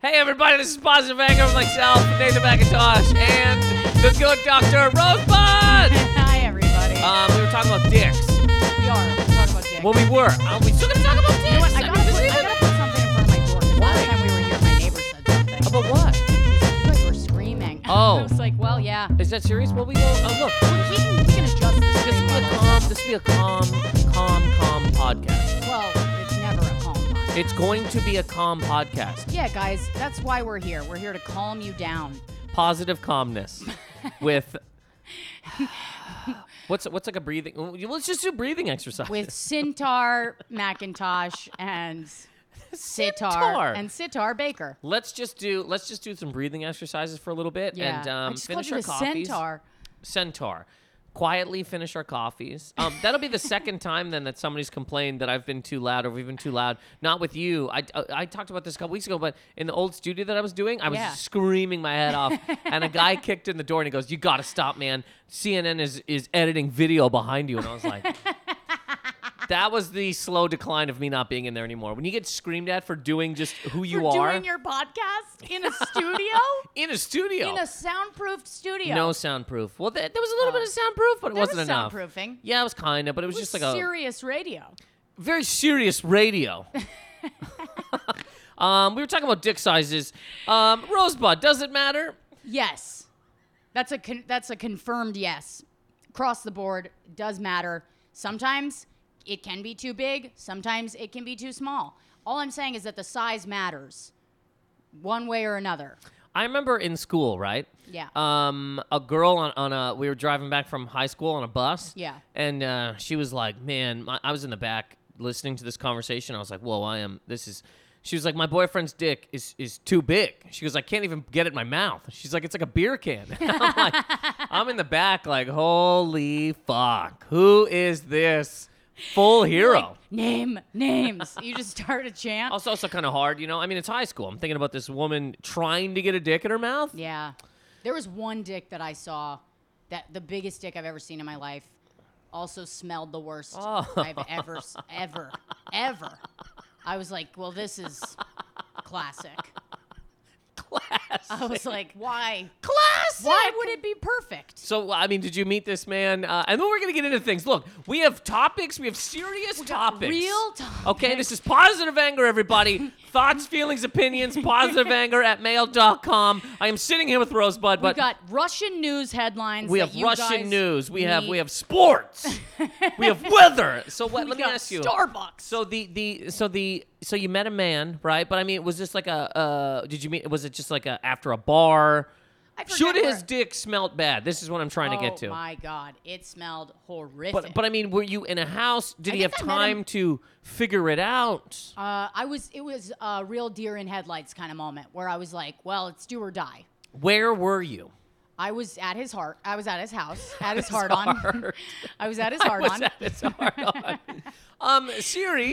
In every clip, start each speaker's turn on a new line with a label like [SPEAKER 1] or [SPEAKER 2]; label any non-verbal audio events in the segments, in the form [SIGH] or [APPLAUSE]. [SPEAKER 1] Hey everybody, this is Positive Anger with myself, Nathan McIntosh, and the good Dr. Rosebud!
[SPEAKER 2] Hi, everybody.
[SPEAKER 1] Um, we were talking about dicks.
[SPEAKER 2] we are. We're talking about dick.
[SPEAKER 1] Well, we were. Are we still gonna talk about dicks?
[SPEAKER 2] you know what? I
[SPEAKER 1] I
[SPEAKER 2] gotta,
[SPEAKER 1] mean,
[SPEAKER 2] put,
[SPEAKER 1] this
[SPEAKER 2] I
[SPEAKER 1] is-
[SPEAKER 2] gotta put something in front of my door. 'cause
[SPEAKER 1] Why?
[SPEAKER 2] Last time we were here, my neighbor said something.
[SPEAKER 1] About what?
[SPEAKER 2] You guys were screaming.
[SPEAKER 1] Oh.
[SPEAKER 2] I was like, well, yeah.
[SPEAKER 1] Is that serious? Well, we go, oh look,
[SPEAKER 2] We can, we can adjust the
[SPEAKER 1] this
[SPEAKER 2] scream
[SPEAKER 1] will be a
[SPEAKER 2] level.
[SPEAKER 1] calm, this will be a calm, calm, calm podcast.
[SPEAKER 2] Well, it's never a calm podcast.
[SPEAKER 1] It's going to be a calm podcast.
[SPEAKER 2] Yeah, guys, that's why we're here. We're here to calm you down.
[SPEAKER 1] Positive
[SPEAKER 2] [LAUGHS]
[SPEAKER 1] calmness with... [SIGHS] What's what's like a breathing? Let's just do breathing exercises.
[SPEAKER 2] With Sintar McIntosh and
[SPEAKER 1] [LAUGHS] Sintar.
[SPEAKER 2] Sitar and Sitar Baker.
[SPEAKER 1] Let's just do let's just do some breathing exercises for a little bit
[SPEAKER 2] Yeah.
[SPEAKER 1] and um,
[SPEAKER 2] I just
[SPEAKER 1] finish
[SPEAKER 2] called you
[SPEAKER 1] our
[SPEAKER 2] a
[SPEAKER 1] coffees.
[SPEAKER 2] centaur.
[SPEAKER 1] Centaur. Quietly finish our coffees. Um, that'll be the second time then that somebody's complained that I've been too loud or we've been too loud. Not with you. I, I, I talked about this a couple weeks ago, but in the old studio that I was doing, I was
[SPEAKER 2] Yeah.
[SPEAKER 1] screaming my head off, and
[SPEAKER 2] [LAUGHS]
[SPEAKER 1] a guy kicked in the door and he goes, "You got to stop, man! CNN is is editing video behind you." And I was like,
[SPEAKER 2] [LAUGHS]
[SPEAKER 1] "That was the slow decline of me not being in there anymore." When you get screamed at for doing just who you
[SPEAKER 2] You're
[SPEAKER 1] are,
[SPEAKER 2] doing your
[SPEAKER 1] [LAUGHS]
[SPEAKER 2] podcast in a studio?
[SPEAKER 1] in a studio.
[SPEAKER 2] in a soundproofed studio.
[SPEAKER 1] No soundproof. Well, th- there was a little bit of soundproof, but it
[SPEAKER 2] Oh. there
[SPEAKER 1] wasn't
[SPEAKER 2] was
[SPEAKER 1] enough.
[SPEAKER 2] soundproofing.
[SPEAKER 1] Yeah, it was kind of, but it was,
[SPEAKER 2] It was
[SPEAKER 1] just like
[SPEAKER 2] serious radio.
[SPEAKER 1] a very serious
[SPEAKER 2] [LAUGHS]
[SPEAKER 1] radio. um, we were talking about dick sizes. Um, Rosebud, does it matter?
[SPEAKER 2] Yes, that's a con- that's a confirmed yes. Across the board, does matter. Sometimes it can be too big. Sometimes it can be too small. All I'm saying is that the size matters, one way or another.
[SPEAKER 1] I remember in school, right?
[SPEAKER 2] Yeah.
[SPEAKER 1] Um, a girl on, on a we were driving back from high school on a bus.
[SPEAKER 2] Yeah.
[SPEAKER 1] And uh, she was like, "Man, my, I was in the back listening to this conversation. I was like, whoa, I am. This is." She was like, "My boyfriend's dick is is too big." She goes, "I can't even get it in my mouth." She's like, "It's like a beer can." [LAUGHS] I'm like, "I'm in the back, like, holy fuck, who is this full hero?"
[SPEAKER 2] Name names. you just start a chant.
[SPEAKER 1] also, also kind of hard, you know. I mean, it's high school. I'm thinking about this woman trying to get a dick in her mouth.
[SPEAKER 2] Yeah. There was one dick that I saw that the biggest dick I've ever seen in my life also smelled the worst
[SPEAKER 1] Oh.
[SPEAKER 2] I've ever s- ever ever. I was like, "Well, this is classic."
[SPEAKER 1] [LAUGHS] Class.
[SPEAKER 2] I
[SPEAKER 1] [LAUGHS]
[SPEAKER 2] was like, "Why?
[SPEAKER 1] Classic.
[SPEAKER 2] Why would it be perfect?"
[SPEAKER 1] So I mean, did you meet this man? Uh, and then we're gonna get into things. Look, we have topics. We have serious topics.
[SPEAKER 2] real
[SPEAKER 1] Okay, this is positive
[SPEAKER 2] [LAUGHS]
[SPEAKER 1] anger, everybody. Thoughts, feelings, opinions. Positive anger at mail.com. I am sitting here with Rosebud,
[SPEAKER 2] We
[SPEAKER 1] but
[SPEAKER 2] got Russian news headlines.
[SPEAKER 1] we
[SPEAKER 2] that
[SPEAKER 1] have
[SPEAKER 2] you
[SPEAKER 1] Russian
[SPEAKER 2] guys
[SPEAKER 1] news. We have we
[SPEAKER 2] need. [LAUGHS]
[SPEAKER 1] have sports. we have weather. So what?
[SPEAKER 2] We
[SPEAKER 1] let me
[SPEAKER 2] got
[SPEAKER 1] ask you.
[SPEAKER 2] Starbucks.
[SPEAKER 1] So the the so the so you met a man, right? But I mean, was this like a uh, did you meet? Was it just like a after a bar?
[SPEAKER 2] I forget
[SPEAKER 1] Should his
[SPEAKER 2] where-
[SPEAKER 1] dick smelt bad? This is what I'm trying to get
[SPEAKER 2] Oh
[SPEAKER 1] to.
[SPEAKER 2] my god, it smelled horrific.
[SPEAKER 1] But but I mean, were you in a house? Did
[SPEAKER 2] I
[SPEAKER 1] he have
[SPEAKER 2] think I met
[SPEAKER 1] time
[SPEAKER 2] him-
[SPEAKER 1] to figure it out?
[SPEAKER 2] Uh, I was it was a real deer in headlights kind of moment where I was like, well, it's do or die.
[SPEAKER 1] Where were you?
[SPEAKER 2] I was at his heart. I was at his
[SPEAKER 1] [LAUGHS]
[SPEAKER 2] house. At his
[SPEAKER 1] his
[SPEAKER 2] heart on.
[SPEAKER 1] heart.
[SPEAKER 2] [LAUGHS] I was
[SPEAKER 1] [LAUGHS]
[SPEAKER 2] at his heart
[SPEAKER 1] Was
[SPEAKER 2] on.
[SPEAKER 1] that his hard on? um, Siri,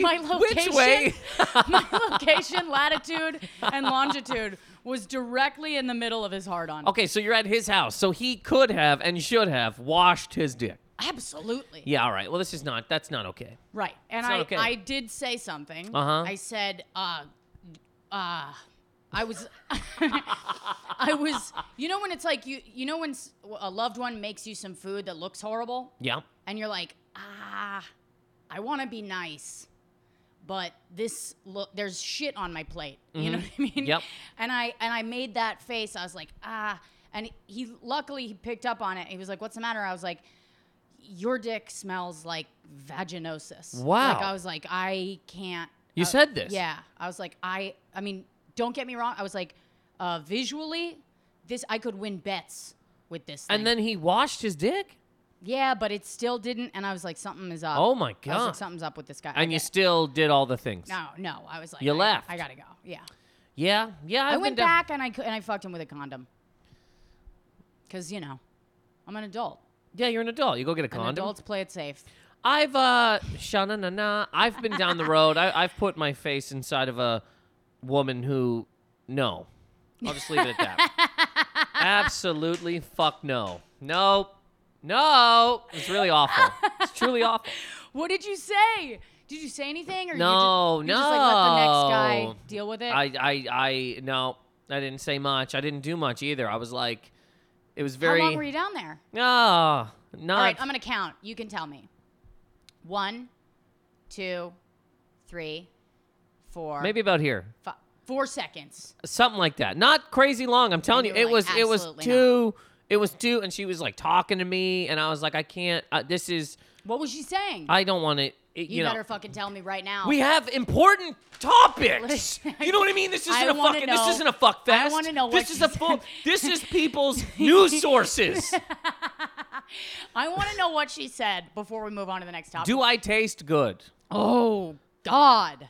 [SPEAKER 2] [LAUGHS] My
[SPEAKER 1] [LAUGHS] which way?
[SPEAKER 2] location, [LAUGHS]
[SPEAKER 1] [LAUGHS]
[SPEAKER 2] my location, latitude, and longitude was directly in the middle of his hard on.
[SPEAKER 1] Okay, so you're at his house, so he could have and should have washed his dick.
[SPEAKER 2] Absolutely.
[SPEAKER 1] Yeah, all right. Well, this is not. That's not okay.
[SPEAKER 2] Right. And
[SPEAKER 1] not
[SPEAKER 2] I,
[SPEAKER 1] okay.
[SPEAKER 2] I did say something.
[SPEAKER 1] Uh-huh.
[SPEAKER 2] I said, uh, uh, I was, [LAUGHS] I was, you know, when it's like you, you know, when s- a loved one makes you some food that looks horrible
[SPEAKER 1] Yeah.
[SPEAKER 2] and you're like, ah, I want to be nice, but this look, there's shit on my plate. You know what I mean?
[SPEAKER 1] Mm-hmm. Yep.
[SPEAKER 2] And I and I made that face. I was like, ah, and he luckily he picked up on it. He was like, what's the matter? I was like, your dick smells like vaginosis.
[SPEAKER 1] Wow.
[SPEAKER 2] Like I was like, I can't.
[SPEAKER 1] You
[SPEAKER 2] I-
[SPEAKER 1] said this.
[SPEAKER 2] Uh, Yeah. I was like, I. I mean, don't get me wrong. I was like, uh, visually, this I could win bets with this.
[SPEAKER 1] And
[SPEAKER 2] thing.
[SPEAKER 1] then he washed his dick.
[SPEAKER 2] Yeah, but it still didn't, and I was like, something is up.
[SPEAKER 1] Oh my
[SPEAKER 2] I was
[SPEAKER 1] God.
[SPEAKER 2] like, something's up with this guy. I
[SPEAKER 1] And you
[SPEAKER 2] get-
[SPEAKER 1] still did all the things.
[SPEAKER 2] no, no. I was like,
[SPEAKER 1] You
[SPEAKER 2] I,
[SPEAKER 1] left.
[SPEAKER 2] I gotta go. Yeah,
[SPEAKER 1] Yeah. Yeah. I've
[SPEAKER 2] i
[SPEAKER 1] been
[SPEAKER 2] went
[SPEAKER 1] down-
[SPEAKER 2] back and I cou- and I fucked him with a condom. Cause you know, I'm an adult.
[SPEAKER 1] Yeah, you're an adult. You go get a
[SPEAKER 2] And
[SPEAKER 1] condom.
[SPEAKER 2] adults play it safe.
[SPEAKER 1] I've uh shana na na. I've been down the road. I, I've put my face inside of a woman who no. I'll just leave it at that.
[SPEAKER 2] [LAUGHS]
[SPEAKER 1] Absolutely fuck no.
[SPEAKER 2] [LAUGHS]
[SPEAKER 1] No. No. It's really awful. It's truly awful.
[SPEAKER 2] What did you say? Did you say anything, or
[SPEAKER 1] No,
[SPEAKER 2] you just, you just like let the next
[SPEAKER 1] no.
[SPEAKER 2] guy deal with it?
[SPEAKER 1] I, I, I, no, I didn't say much. I didn't do much either. I was like, it was very.
[SPEAKER 2] How long were you down there?
[SPEAKER 1] No, not.
[SPEAKER 2] All right, I'm gonna count. You can tell me. One, two, three, four.
[SPEAKER 1] maybe about here,
[SPEAKER 2] fi- four seconds.
[SPEAKER 1] something like that. Not crazy long. I'm telling you,
[SPEAKER 2] And you
[SPEAKER 1] it
[SPEAKER 2] were
[SPEAKER 1] was,
[SPEAKER 2] like,
[SPEAKER 1] it was
[SPEAKER 2] "Absolutely
[SPEAKER 1] two, it was two, and she was like talking to me, and I was like, I can't. Uh, this is,
[SPEAKER 2] What was she saying?
[SPEAKER 1] I don't want to. You,
[SPEAKER 2] you
[SPEAKER 1] know,
[SPEAKER 2] better fucking tell me right now.
[SPEAKER 1] we have important topics.
[SPEAKER 2] Listen, [LAUGHS]
[SPEAKER 1] you know what I mean? This
[SPEAKER 2] I
[SPEAKER 1] isn't a
[SPEAKER 2] wanna
[SPEAKER 1] fucking.
[SPEAKER 2] know-
[SPEAKER 1] This isn't a fuck
[SPEAKER 2] I
[SPEAKER 1] fest.
[SPEAKER 2] wanna know what
[SPEAKER 1] This is
[SPEAKER 2] she
[SPEAKER 1] a full.
[SPEAKER 2] said.
[SPEAKER 1] This is
[SPEAKER 2] [LAUGHS]
[SPEAKER 1] people's news sources.
[SPEAKER 2] I want to know what she said before we move on to the next topic.
[SPEAKER 1] Do I taste good?
[SPEAKER 2] oh God!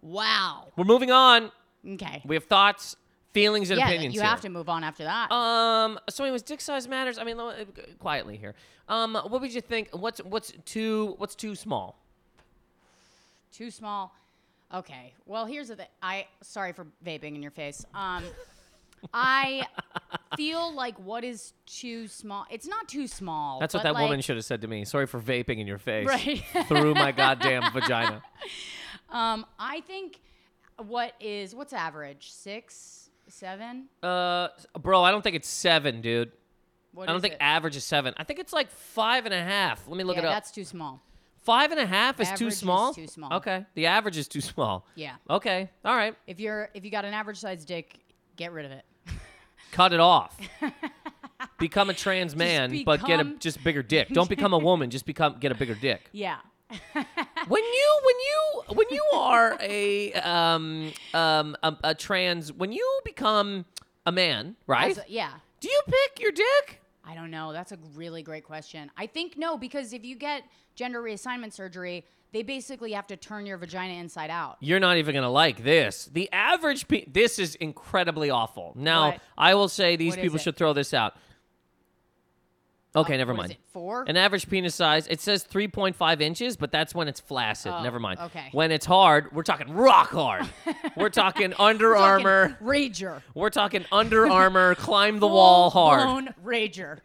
[SPEAKER 2] Wow.
[SPEAKER 1] We're moving on.
[SPEAKER 2] Okay.
[SPEAKER 1] We have thoughts, feelings, and
[SPEAKER 2] yeah,
[SPEAKER 1] opinions.
[SPEAKER 2] you
[SPEAKER 1] here.
[SPEAKER 2] have to move on after that.
[SPEAKER 1] Um. So, anyways, dick size matters. I mean, lo- uh, quietly here. Um. What would you think? What's what's too what's too small?
[SPEAKER 2] Too small. Okay. Well, here's the thing. I sorry for vaping in your face.
[SPEAKER 1] [LAUGHS]
[SPEAKER 2] Um, I feel like what is too small. It's not too small.
[SPEAKER 1] That's what
[SPEAKER 2] but,
[SPEAKER 1] that woman
[SPEAKER 2] like,
[SPEAKER 1] should have said to me. Sorry for vaping in your face.
[SPEAKER 2] Right.
[SPEAKER 1] [LAUGHS] Through my
[SPEAKER 2] [LAUGHS]
[SPEAKER 1] goddamn vagina.
[SPEAKER 2] Um, I think what is what's average six, seven.
[SPEAKER 1] Uh, bro, I don't think it's seven, dude.
[SPEAKER 2] What
[SPEAKER 1] I don't
[SPEAKER 2] is
[SPEAKER 1] think
[SPEAKER 2] it?
[SPEAKER 1] average is seven. I think it's like five and a half. Let me look
[SPEAKER 2] yeah,
[SPEAKER 1] it up.
[SPEAKER 2] that's too small.
[SPEAKER 1] Five and a half is
[SPEAKER 2] Average
[SPEAKER 1] too
[SPEAKER 2] is
[SPEAKER 1] small.
[SPEAKER 2] too small.
[SPEAKER 1] Okay. The average is too small.
[SPEAKER 2] Yeah.
[SPEAKER 1] Okay. All right.
[SPEAKER 2] If you're if you got an average sized dick, get rid of it.
[SPEAKER 1] Cut
[SPEAKER 2] [LAUGHS]
[SPEAKER 1] it off. become a trans man, but get a
[SPEAKER 2] become-
[SPEAKER 1] just bigger dick.
[SPEAKER 2] [LAUGHS]
[SPEAKER 1] Don't become a woman. Just become get a bigger dick.
[SPEAKER 2] Yeah.
[SPEAKER 1] when you when you when you are a um um a, a trans when you become a man, right?
[SPEAKER 2] As a- yeah.
[SPEAKER 1] do you pick your dick?
[SPEAKER 2] I don't know. That's a really great question. I think no, because if you get gender reassignment surgery, they basically have to turn your vagina inside out.
[SPEAKER 1] You're not even gonna like this. The average pe- this is incredibly awful. Now
[SPEAKER 2] What?
[SPEAKER 1] I will say these
[SPEAKER 2] What is
[SPEAKER 1] people
[SPEAKER 2] it?
[SPEAKER 1] should throw this out. Okay, never
[SPEAKER 2] What is
[SPEAKER 1] mind.
[SPEAKER 2] it, four?
[SPEAKER 1] An average penis size. It says 3.5 inches, but that's when it's flaccid.
[SPEAKER 2] Oh,
[SPEAKER 1] never mind.
[SPEAKER 2] okay.
[SPEAKER 1] When it's hard, we're talking rock [LAUGHS] hard. we're talking Under
[SPEAKER 2] Fucking
[SPEAKER 1] Armour.
[SPEAKER 2] rager.
[SPEAKER 1] We're talking Under Armour. climb the [LAUGHS] wall hard.
[SPEAKER 2] Blown
[SPEAKER 1] [LAUGHS]
[SPEAKER 2] rager.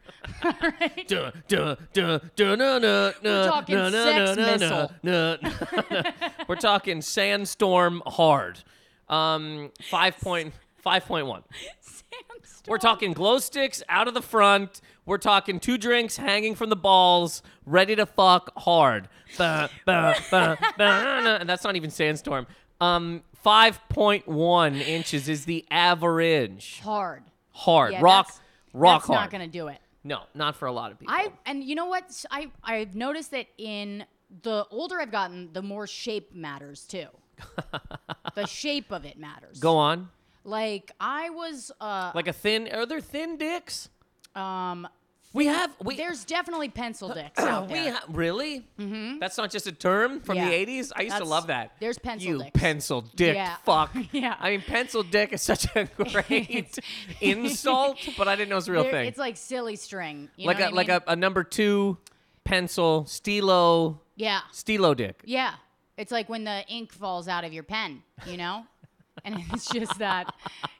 [SPEAKER 2] Right?
[SPEAKER 1] Duh, duh, duh, duh, nah, nah, nah,
[SPEAKER 2] talking
[SPEAKER 1] nah, nah,
[SPEAKER 2] sex
[SPEAKER 1] nah, nah,
[SPEAKER 2] missile.
[SPEAKER 1] nah, nah, nah. [LAUGHS] We're talking sandstorm hard. Um, five point five point one.
[SPEAKER 2] Sandstorm.
[SPEAKER 1] We're talking glow sticks out of the front. We're talking two drinks hanging from the balls, ready to fuck hard. Ba, ba, ba, ba, na, na. And that's not even sandstorm. Um, five point one inches is the average.
[SPEAKER 2] hard.
[SPEAKER 1] Hard
[SPEAKER 2] Yeah,
[SPEAKER 1] rock,
[SPEAKER 2] that's-
[SPEAKER 1] rock
[SPEAKER 2] that's
[SPEAKER 1] hard.
[SPEAKER 2] not gonna do it.
[SPEAKER 1] No, not for a lot of people.
[SPEAKER 2] I and you know what? S- I I've noticed that in the older I've gotten, the more shape matters too.
[SPEAKER 1] [LAUGHS]
[SPEAKER 2] the shape of it matters.
[SPEAKER 1] Go on.
[SPEAKER 2] Like I was uh
[SPEAKER 1] Like a thin. Are there thin dicks?
[SPEAKER 2] um
[SPEAKER 1] We have. We.
[SPEAKER 2] there's definitely
[SPEAKER 1] [CLEARS THROAT]
[SPEAKER 2] pencil dicks out
[SPEAKER 1] we
[SPEAKER 2] there.
[SPEAKER 1] ha- really? Mm-hmm. That's not just a term from
[SPEAKER 2] Yeah.
[SPEAKER 1] the '80s. I used to
[SPEAKER 2] That's-
[SPEAKER 1] love that.
[SPEAKER 2] there's pencil
[SPEAKER 1] You
[SPEAKER 2] dicks.
[SPEAKER 1] pencil dick
[SPEAKER 2] Yeah.
[SPEAKER 1] fuck.
[SPEAKER 2] [LAUGHS] Yeah.
[SPEAKER 1] I mean, pencil dick is such
[SPEAKER 2] [LAUGHS]
[SPEAKER 1] a great insult, but I didn't know it was a real
[SPEAKER 2] There-
[SPEAKER 1] thing.
[SPEAKER 2] It's like silly string. You
[SPEAKER 1] like
[SPEAKER 2] know
[SPEAKER 1] a
[SPEAKER 2] what I
[SPEAKER 1] like
[SPEAKER 2] mean?
[SPEAKER 1] a, a number two pencil stilo
[SPEAKER 2] yeah
[SPEAKER 1] stilo dick.
[SPEAKER 2] yeah. It's like when the ink falls out of your pen, you know,
[SPEAKER 1] [LAUGHS]
[SPEAKER 2] and it's just that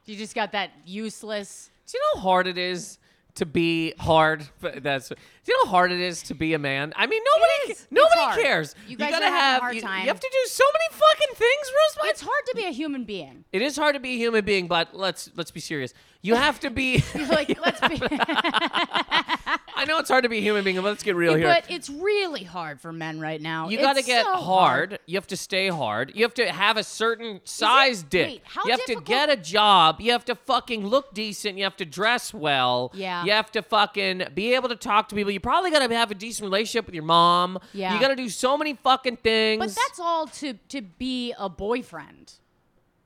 [SPEAKER 2] you just got that useless.
[SPEAKER 1] Do you know how hard it is to be hard? [LAUGHS] But That's. Do you know how hard it is to be a man? I mean,
[SPEAKER 2] It is.
[SPEAKER 1] nobody.
[SPEAKER 2] It's hard.
[SPEAKER 1] Nobody cares.
[SPEAKER 2] You guys are having a hard
[SPEAKER 1] you,
[SPEAKER 2] time.
[SPEAKER 1] you have to do so many fucking things, Rose.
[SPEAKER 2] It's hard to be a human
[SPEAKER 1] [LAUGHS]
[SPEAKER 2] being.
[SPEAKER 1] It is hard to be a human being, but let's let's be serious. You have to be. [LAUGHS]
[SPEAKER 2] Like let's be.
[SPEAKER 1] I know it's hard to be a human being, but let's get
[SPEAKER 2] [LAUGHS]
[SPEAKER 1] real here.
[SPEAKER 2] but it's really hard for men right now.
[SPEAKER 1] You
[SPEAKER 2] It's
[SPEAKER 1] got to get
[SPEAKER 2] so
[SPEAKER 1] hard. You have to stay hard. You have to have a certain size dick.
[SPEAKER 2] wait, how
[SPEAKER 1] you have
[SPEAKER 2] difficult-
[SPEAKER 1] to get a job. You have to fucking look decent. You have to dress well.
[SPEAKER 2] Yeah.
[SPEAKER 1] You have to fucking be able to talk to people. You probably got to have a decent relationship with your mom.
[SPEAKER 2] Yeah.
[SPEAKER 1] You got to do so many fucking things.
[SPEAKER 2] But that's all to to be a boyfriend.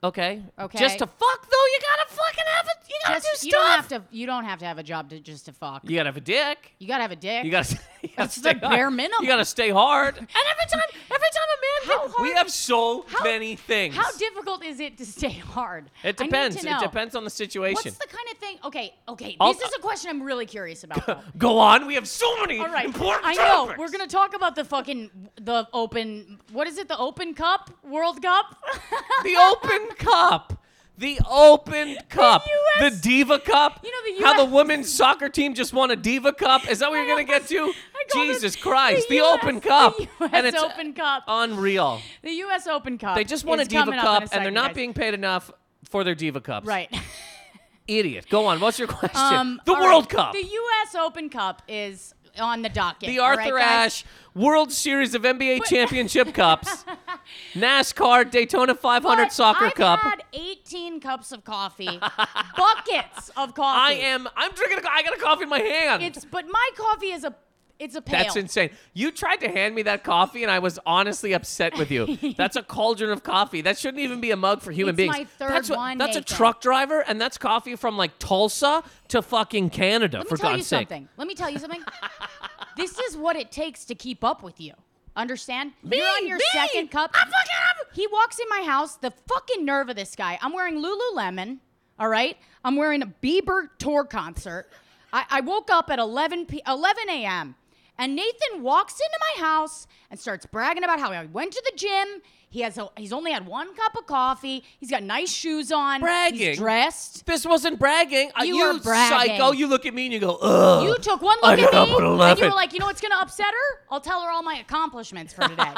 [SPEAKER 1] okay.
[SPEAKER 2] Okay.
[SPEAKER 1] Just to fuck though, you got to fucking have it. You got to do
[SPEAKER 2] Just-
[SPEAKER 1] stuff.
[SPEAKER 2] you don't have to. You don't have to have a job to just to fuck.
[SPEAKER 1] You got to have a dick.
[SPEAKER 2] You gotta have a dick.
[SPEAKER 1] You gotta. You gotta
[SPEAKER 2] That's the
[SPEAKER 1] stay
[SPEAKER 2] bare
[SPEAKER 1] hard.
[SPEAKER 2] minimum.
[SPEAKER 1] You gotta stay hard. And every time, every time
[SPEAKER 2] How hard-
[SPEAKER 1] we have so
[SPEAKER 2] how-
[SPEAKER 1] many things.
[SPEAKER 2] How difficult is it to stay hard?
[SPEAKER 1] it
[SPEAKER 2] I need
[SPEAKER 1] depends.
[SPEAKER 2] to know.
[SPEAKER 1] It depends on the situation.
[SPEAKER 2] What's the kind of thing? Okay, okay.
[SPEAKER 1] I'll-
[SPEAKER 2] this is a question I'm really curious
[SPEAKER 1] [LAUGHS]
[SPEAKER 2] about. though.
[SPEAKER 1] Go on. We have so many
[SPEAKER 2] All right.
[SPEAKER 1] important.
[SPEAKER 2] I know.
[SPEAKER 1] topics.
[SPEAKER 2] We're gonna talk about the fucking the open. What is it? The Open Cup, World
[SPEAKER 1] [LAUGHS]
[SPEAKER 2] Cup.
[SPEAKER 1] The Open Cup. The
[SPEAKER 2] [LAUGHS]
[SPEAKER 1] Open Cup. The,
[SPEAKER 2] [LAUGHS] US called it
[SPEAKER 1] Jesus Christ, the
[SPEAKER 2] US
[SPEAKER 1] Open Cup,
[SPEAKER 2] The US
[SPEAKER 1] and it's-
[SPEAKER 2] Open Cup.
[SPEAKER 1] Unreal.
[SPEAKER 2] the US Open Cup.
[SPEAKER 1] They just won a
[SPEAKER 2] is
[SPEAKER 1] Diva
[SPEAKER 2] coming up in a
[SPEAKER 1] Cup, and they're
[SPEAKER 2] second,
[SPEAKER 1] not
[SPEAKER 2] guys.
[SPEAKER 1] being paid enough for their Diva Cups. [LAUGHS]
[SPEAKER 2] right. Um,
[SPEAKER 1] Idiot. Go on. What's your [LAUGHS] question? the
[SPEAKER 2] all right.
[SPEAKER 1] World Cup.
[SPEAKER 2] The US Open Cup is on the docket.
[SPEAKER 1] The
[SPEAKER 2] all right,
[SPEAKER 1] Arthur
[SPEAKER 2] guys?
[SPEAKER 1] Ashe World Series of NBA
[SPEAKER 2] [LAUGHS]
[SPEAKER 1] Championship Cups, NASCAR Daytona 500
[SPEAKER 2] But
[SPEAKER 1] Soccer
[SPEAKER 2] I've
[SPEAKER 1] Cup.
[SPEAKER 2] had 18 cups of coffee, buckets of coffee.
[SPEAKER 1] [LAUGHS] I am. I'm drinking. A, I got a coffee in my hand.
[SPEAKER 2] It's but my coffee is a it's a pail.
[SPEAKER 1] That's insane. You tried to hand me that coffee, and I was honestly upset with
[SPEAKER 2] [LAUGHS]
[SPEAKER 1] you. that's a cauldron of coffee. That shouldn't even be a mug for human
[SPEAKER 2] It's
[SPEAKER 1] beings.
[SPEAKER 2] my third
[SPEAKER 1] that's what-
[SPEAKER 2] one,
[SPEAKER 1] That's
[SPEAKER 2] Nathan.
[SPEAKER 1] a truck driver, and that's coffee from like Tulsa to fucking Canada.
[SPEAKER 2] Let me
[SPEAKER 1] for
[SPEAKER 2] tell
[SPEAKER 1] God's
[SPEAKER 2] you
[SPEAKER 1] sake.
[SPEAKER 2] something. Let me tell you something. this is what it takes to keep up with you. Understand?
[SPEAKER 1] Me,
[SPEAKER 2] You're on your
[SPEAKER 1] me.
[SPEAKER 2] second cup. I'm fucking up. He walks in my house. The fucking nerve of this guy. I'm wearing Lululemon. All right. I'm wearing a Bieber tour concert. I, I woke up at 11 p- 11 a.m. and Nathan walks into my house and starts bragging about how he went to the gym. He has a, he's only had one cup of coffee. He's got nice shoes on.
[SPEAKER 1] Bragging.
[SPEAKER 2] He's dressed.
[SPEAKER 1] This wasn't bragging. Uh,
[SPEAKER 2] You
[SPEAKER 1] you
[SPEAKER 2] were bragging.
[SPEAKER 1] psycho. You look at me and you go, ugh.
[SPEAKER 2] You took one
[SPEAKER 1] Uh, I
[SPEAKER 2] look at
[SPEAKER 1] got up
[SPEAKER 2] me,
[SPEAKER 1] at
[SPEAKER 2] and you
[SPEAKER 1] 11.
[SPEAKER 2] were like, you know what's going to upset her? I'll tell her all my accomplishments for
[SPEAKER 1] [LAUGHS]
[SPEAKER 2] today.